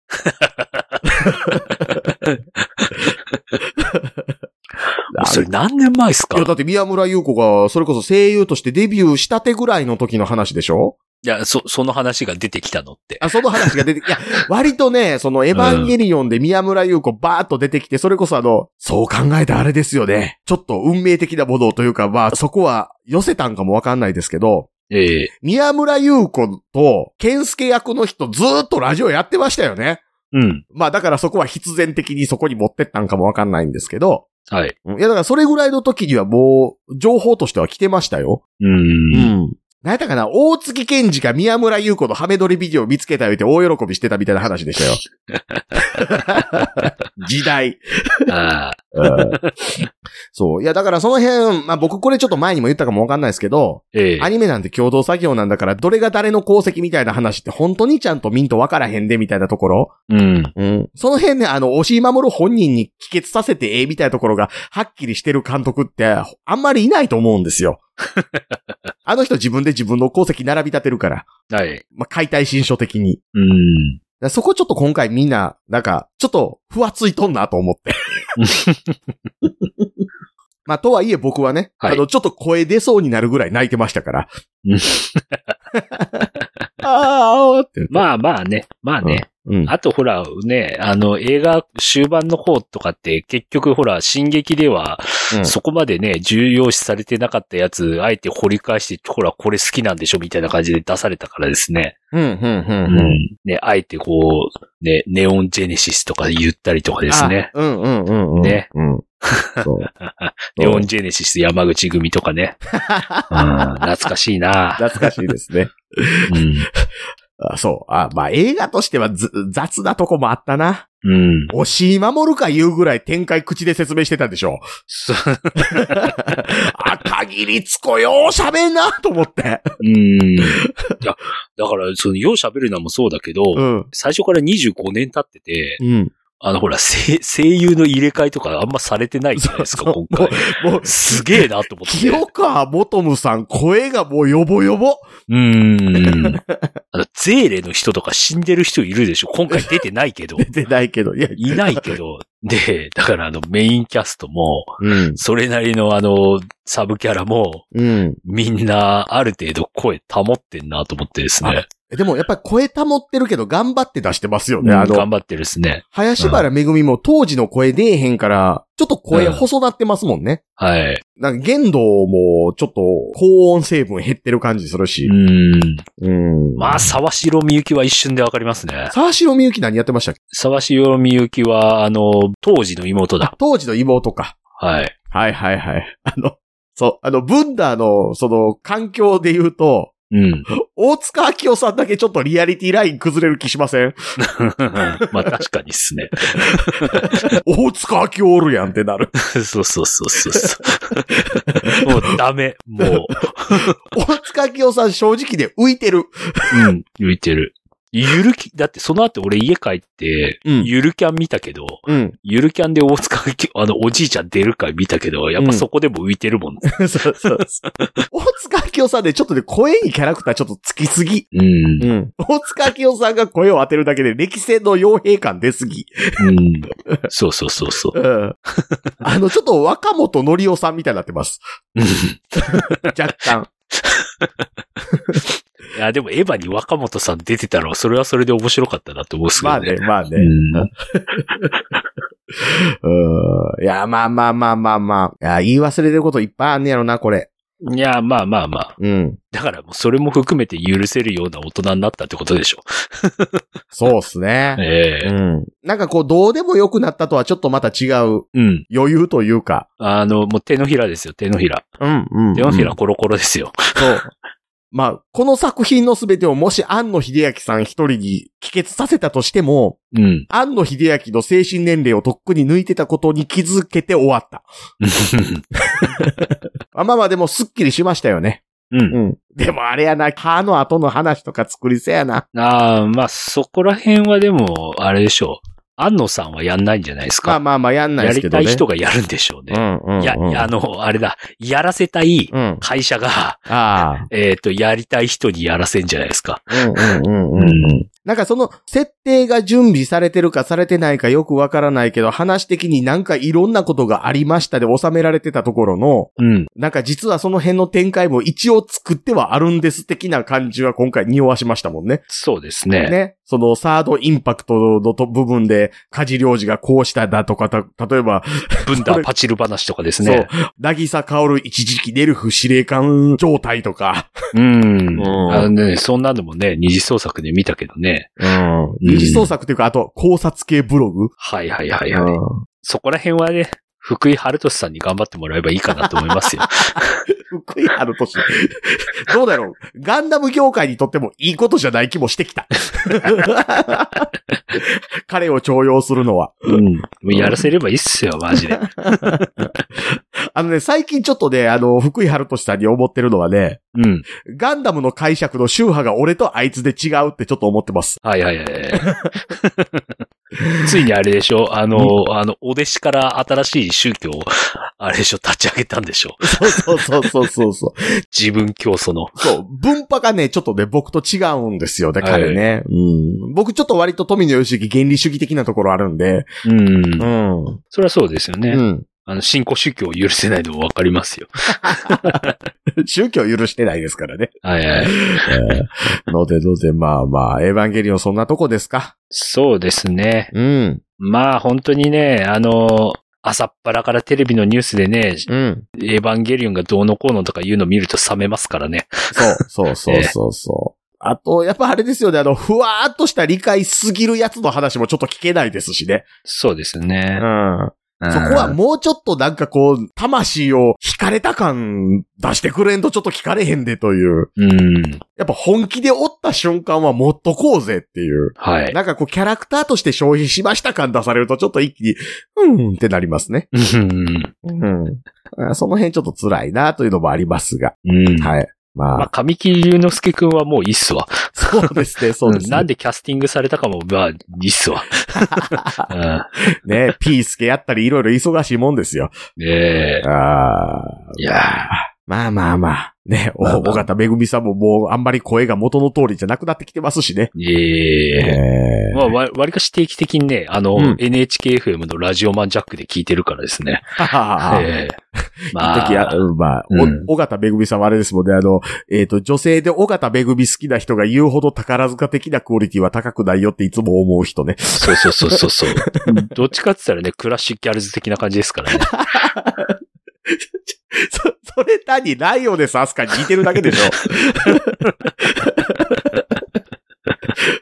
Speaker 4: それ何年前っす
Speaker 3: い
Speaker 4: か
Speaker 3: や、だって宮村優子が、それこそ声優としてデビューしたてぐらいの時の話でしょ
Speaker 4: いや、そ、その話が出てきたのって。
Speaker 3: あ、その話が出て、いや、割とね、そのエヴァンゲリオンで宮村優子バーっと出てきて、それこそあの、そう考えたらあれですよね。ちょっと運命的なものというか、まあ、そこは寄せたんかもわかんないですけど、
Speaker 4: ええ。
Speaker 3: 宮村優子と、健介役の人ずーっとラジオやってましたよね。
Speaker 4: うん。
Speaker 3: まあだからそこは必然的にそこに持ってったんかもわかんないんですけど、
Speaker 4: はい。
Speaker 3: うんいやだからそれぐらいの時にはもう、情報としては来てましたよ。
Speaker 4: うん。
Speaker 3: ん。何やったかな大月健二が宮村優子のハメ撮りビデオを見つけたよって大喜びしてたみたいな話でした よ。時代。
Speaker 4: ああ。
Speaker 3: そう。いや、だからその辺、まあ僕これちょっと前にも言ったかもわかんないですけど、
Speaker 4: ええ
Speaker 3: ア。ニメなんて共同作業なんだから、どれが誰の功績みたいな話って本当にちゃんとミントわからへんでみたいなところ。
Speaker 4: うん。
Speaker 3: うん。その辺ね、あの、押井守本人に帰結させてええみたいなところが、はっきりしてる監督って、あんまりいないと思うんです よ。あの人自分で自分の功績並び立てるから。
Speaker 4: はい。
Speaker 3: まあ、解体新書的に。
Speaker 4: うん。
Speaker 3: だからそこちょっと今回みんな、なんか、ちょっと、ふわついとんなと思 って。まあ、とはいえ僕はね、
Speaker 4: はい
Speaker 3: あの、ちょっと声出そうになるぐらい泣いてました から
Speaker 4: うん。
Speaker 3: ああ、って言って。
Speaker 4: まあまあね。まあね。
Speaker 3: うん。
Speaker 4: あとほら、ね、あの、映画終盤の方とかって、結局ほら、進撃では、
Speaker 3: うん
Speaker 4: そこまでね、重要視されてなかったやつ、あえて掘り返して、ほら、これ好きなんでしょみたいな感じで出されたからですね。
Speaker 3: うん、うん、う、
Speaker 4: うん
Speaker 3: うん。
Speaker 4: ね、あえてこう、ね、ネオンジェネシスとか言ったりとかですね。
Speaker 3: あ。うん、うん、うん、うん。
Speaker 4: ね。
Speaker 3: うん。 そう。
Speaker 4: ネオンジェネシス山口組と かね。うん、懐かしいな
Speaker 3: 懐かしいですね。
Speaker 4: う
Speaker 3: あそう。あ、まあ、映画としてはず雑なとこもあったな。
Speaker 4: ん。うん。
Speaker 3: 押井守るか言うぐらい展開口で説明してたんでしょ
Speaker 4: そ
Speaker 3: 赤木律子よう喋んなと思って。
Speaker 4: うん。いや、だから、その、よう喋るのもそうだけど、
Speaker 3: ん。
Speaker 4: 最初から25年経ってて、
Speaker 3: うん。
Speaker 4: あの、ほら、声 声優の入れ替えとかあんまされてないじゃないですか、
Speaker 3: そう
Speaker 4: 今回。
Speaker 3: もう、
Speaker 4: すげえなと思って。
Speaker 3: 清川もとむさん、声がもうよぼよぼ。
Speaker 4: う ーん。あの、ゼーレの人とか死んでる人いるでしょ今回出てないけ ど。
Speaker 3: 出てないけど。いや、
Speaker 4: いないけど。で、だからあの、メインキャストも、
Speaker 3: うん。
Speaker 4: それなりのあの、サブキャラも、
Speaker 3: うん。
Speaker 4: みんな、ある程度声保ってんなと思ってですね。
Speaker 3: でもやっぱり声保ってるけど、頑張って出してますよ
Speaker 4: うん
Speaker 3: ね。あ
Speaker 4: 頑
Speaker 3: の、
Speaker 4: 張ってるですね。
Speaker 3: 林原めぐみも当時の声出えへんから、ちょっと声細なってますもんね。
Speaker 4: はい。
Speaker 3: なんか言動もちょっと高音成分減ってる感じするし
Speaker 4: う。ん。
Speaker 3: うん
Speaker 4: まあ、沢城みゆきは一瞬でわかりますね。
Speaker 3: 沢城みゆき何やってましたっけ
Speaker 4: 沢城みゆきは、あの、当時の妹だ。
Speaker 3: 当時の妹か。
Speaker 4: はい。
Speaker 3: はいはいはい。 あの、そう、あの、ブンダーの、その、環境で言うと、
Speaker 4: うん。
Speaker 3: 大塚明夫さんだけちょっとリアリティライン崩れる気しませ ん
Speaker 4: まあ確かにっすね。
Speaker 3: 大塚明夫おるやんってなる。
Speaker 4: そうそうそうそう そう。もうダメ。も
Speaker 3: 大塚明夫さん正直で浮いてる。
Speaker 4: う、うん、浮いてる。ゆるき、だってその後俺家帰って、
Speaker 3: うん。
Speaker 4: ゆるキャン見たけど、
Speaker 3: うん。
Speaker 4: ゆるキャンで大塚明夫、あの、おじいちゃん出る回見たけど、やっぱそこでも浮いてるもん。
Speaker 3: そうそうそう。大塚明夫さんね、ちょっとね、声にキャラクターちょっとつきすぎ。
Speaker 4: うん。
Speaker 3: うん。大塚明夫さんが声を当てるだけで歴戦の傭兵感出すぎ。
Speaker 4: うん。そうそうそうそうう。
Speaker 3: ん。あの、ちょっと若本のりおさんみたいになってます。
Speaker 4: うん
Speaker 3: 若 干。
Speaker 4: いや、でもエヴァに若本さん出てたら、それはそれで面白かったなと思うんですけ
Speaker 3: ま
Speaker 4: ど
Speaker 3: あね
Speaker 4: ね。、
Speaker 3: まあね。うんいや、まあまあまあまあまあ。いや、言い忘れてることいっぱいあんねやろな、これ。
Speaker 4: うん。いや、まあまあまあ。
Speaker 3: うん。
Speaker 4: だからもうそれも含めて許せるような大人になったってことでしょ。
Speaker 3: そうっすね。
Speaker 4: ええ
Speaker 3: うん。なんかこう、どうでもよくなったとはちょっとまた違う
Speaker 4: うん。
Speaker 3: 余裕というか。
Speaker 4: あの、もう手のひらですよ、手のひら。
Speaker 3: うん、うん、
Speaker 4: 手のひらコロコロですよ。
Speaker 3: そう。 まあ、この作品のすべてをもし庵野秀明さん一人に帰結させたとしても、
Speaker 4: うん。
Speaker 3: 庵野秀明の精神年齢をとっくに抜いてたことに気づけて終わった。まあまあまあでもすっきりしましたよね。
Speaker 4: うん。
Speaker 3: ん。でもあれやな、歯の後の話とか作りせやな。
Speaker 4: ああ、まあそこら辺はでも、あれでしょう。安野さんはやんないんじゃないです
Speaker 3: まあ
Speaker 4: か。
Speaker 3: まあまあやんない
Speaker 4: や
Speaker 3: ですけ
Speaker 4: り
Speaker 3: ど
Speaker 4: た
Speaker 3: ね。
Speaker 4: い人がやるんでしょうね。
Speaker 3: うんうん、うん。
Speaker 4: いや、いやあの、あれだ。やらせたい
Speaker 3: うん。
Speaker 4: 会社が、
Speaker 3: あ
Speaker 4: えっ、と、やりたい人にやらせんじゃないですか。
Speaker 3: あ。うんうんうん
Speaker 4: う
Speaker 3: うん。
Speaker 4: ん。
Speaker 3: なんかその設定が準備されてるかされてないかよくわからないけど、話的になんかいろんなことがありましたで収められてたところの、
Speaker 4: うん。
Speaker 3: なんか実はその辺の展開も一応作ってはあるんです的な感じは今回匂わしましたもんね。
Speaker 4: そうですね。
Speaker 3: ね。そのサードインパクトのと部分で、梶良治がこうしただとか、た、例えば、
Speaker 4: ブンダーパチル話とかですね。
Speaker 3: そう、渚薫一時期ネルフ司令官状態とか、
Speaker 4: うん。
Speaker 3: うん
Speaker 4: あのね、そんなのもね、二次創作で見たけどね。
Speaker 3: うん。二次創作というか、あと考察系ブログ。
Speaker 4: はいはいはいはい。そこら辺はね、福井春俊さんに頑張ってもらえばいいかなと思いますよ。
Speaker 3: 福井春年。どうだろうガンダム業界にとってもいいことじゃない気もしてき た。彼を重用するのは。
Speaker 4: うん。もうやらせればいいっすよ、マジで。
Speaker 3: あのね、最近ちょっとね、あの、福井春俊さんに思ってるのはね、
Speaker 4: うん。
Speaker 3: ガンダムの解釈の宗派が俺とあいつで違うってちょっと思って ます。
Speaker 4: はいはいはい はい。ついにあれでしょあの、あの、お弟子から新しい宗教を、あれでしょ立ち上げたんでしょ
Speaker 3: そうそうそうそうそうそう。
Speaker 4: 自分教祖の。
Speaker 3: そう、分派がね、ちょっとね、僕と違うんですよね、彼ね。うん。僕ちょっと割と富野義行原理主義的なところあるんで。
Speaker 4: うん
Speaker 3: う。ん。
Speaker 4: それはそうですよね。
Speaker 3: うん。
Speaker 4: あの、信仰宗教を許せないのもわかりますよ。
Speaker 3: 宗教許してないです からね。
Speaker 4: はいは
Speaker 3: え
Speaker 4: い。
Speaker 3: ーのでので、まあまあ、エヴァンゲリオンそんなとこですか。
Speaker 4: そうですね。
Speaker 3: うん。
Speaker 4: まあ本当にね、あの、朝っぱらからテレビのニュースでね、
Speaker 3: うん。
Speaker 4: エヴァンゲリオンがどうのこうのとか言うの見ると冷めますからね。
Speaker 3: そう、そう そうそうそう。あと、やっぱあれですよね、あの、ふわーっとした理解すぎるやつの話もちょっと聞けないですしね。
Speaker 4: そうです
Speaker 3: うん。
Speaker 4: ね。うん
Speaker 3: そこはもうちょっとなんかこう、魂を惹かれた感出してくれんとちょっと聞かれへんでという。
Speaker 4: うん。
Speaker 3: やっぱ本気で折った瞬間は持っとこうぜっていう。
Speaker 4: はい。
Speaker 3: なんかこうキャラクターとして消費しました感出されるとちょっと一気に、うんってなりますね。
Speaker 4: うん。
Speaker 3: うん。あその辺ちょっと辛いなというのもありますが。
Speaker 4: うん。
Speaker 3: はい。まあ、
Speaker 4: まあ、神木隆之介くんはもういいっすわ。
Speaker 3: そうですね、 そうです
Speaker 4: ん
Speaker 3: ね。
Speaker 4: なんでキャスティングされたかも、まあ、いいっす わ。
Speaker 3: ね、ピースケやったりいろいろ忙しいもんですよ。
Speaker 4: うん、ねえ。
Speaker 3: ああ。
Speaker 4: いや
Speaker 3: まあまあまあ。ね、お、
Speaker 4: まあまあ
Speaker 3: 尾形めぐみさんももうあんまり声が元の通りじゃなくなってきてますしね。
Speaker 4: ーええ
Speaker 3: え
Speaker 4: まあ、わ、わりかし定期的にね、あの、
Speaker 3: うん
Speaker 4: NHKFM のラジオマンジャックで聞いてるからですね。
Speaker 3: え
Speaker 4: ええ
Speaker 3: ま
Speaker 4: ま
Speaker 3: あ、時
Speaker 4: あ
Speaker 3: は、うんまあ、
Speaker 4: うん
Speaker 3: お、尾形めぐみさんはあれですもんね、あの、えっ、と、女性で尾形めぐみ好きな人が言うほど宝塚的なクオリティは高くないよっていつも思う人ね。
Speaker 4: そうそうそうそう そう。どっちかって言ったらね、クラシックギャルズ的な感じですからね。
Speaker 3: そ、それ単にライオ ネスアスカに似てるだけでしょ。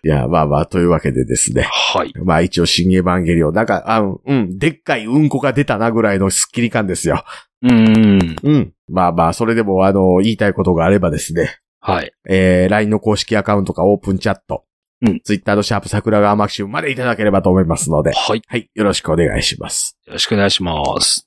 Speaker 3: いや、まあまあ、というわけでですね。
Speaker 4: はい。
Speaker 3: まあ一応、新エヴァンゲリオン、なんか、あうん、でっかいうんこが出たなぐらいのスッキリ感ですよ。
Speaker 4: うーん。
Speaker 3: うん。まあまあ、それでも、あの、言いたいことがあればですね、
Speaker 4: はい。
Speaker 3: えー、LINE の公式アカウントかオープンチャット、
Speaker 4: うん、
Speaker 3: Twitter のシャープ桜川マキシムまでいただければと思いますので、
Speaker 4: はい。
Speaker 3: はい、よろしくお願いします。
Speaker 4: よろしくお願いします。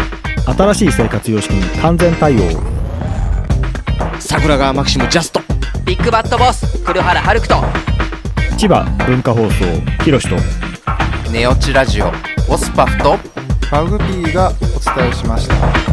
Speaker 5: 新しい生活様式に完全対応
Speaker 3: 桜川マキシムジャスト。
Speaker 6: ビッグバットボス黒原遥人
Speaker 5: 千葉文化放送ひろしと
Speaker 7: ネオチラジオオスパフと
Speaker 8: マグピーがお伝えしました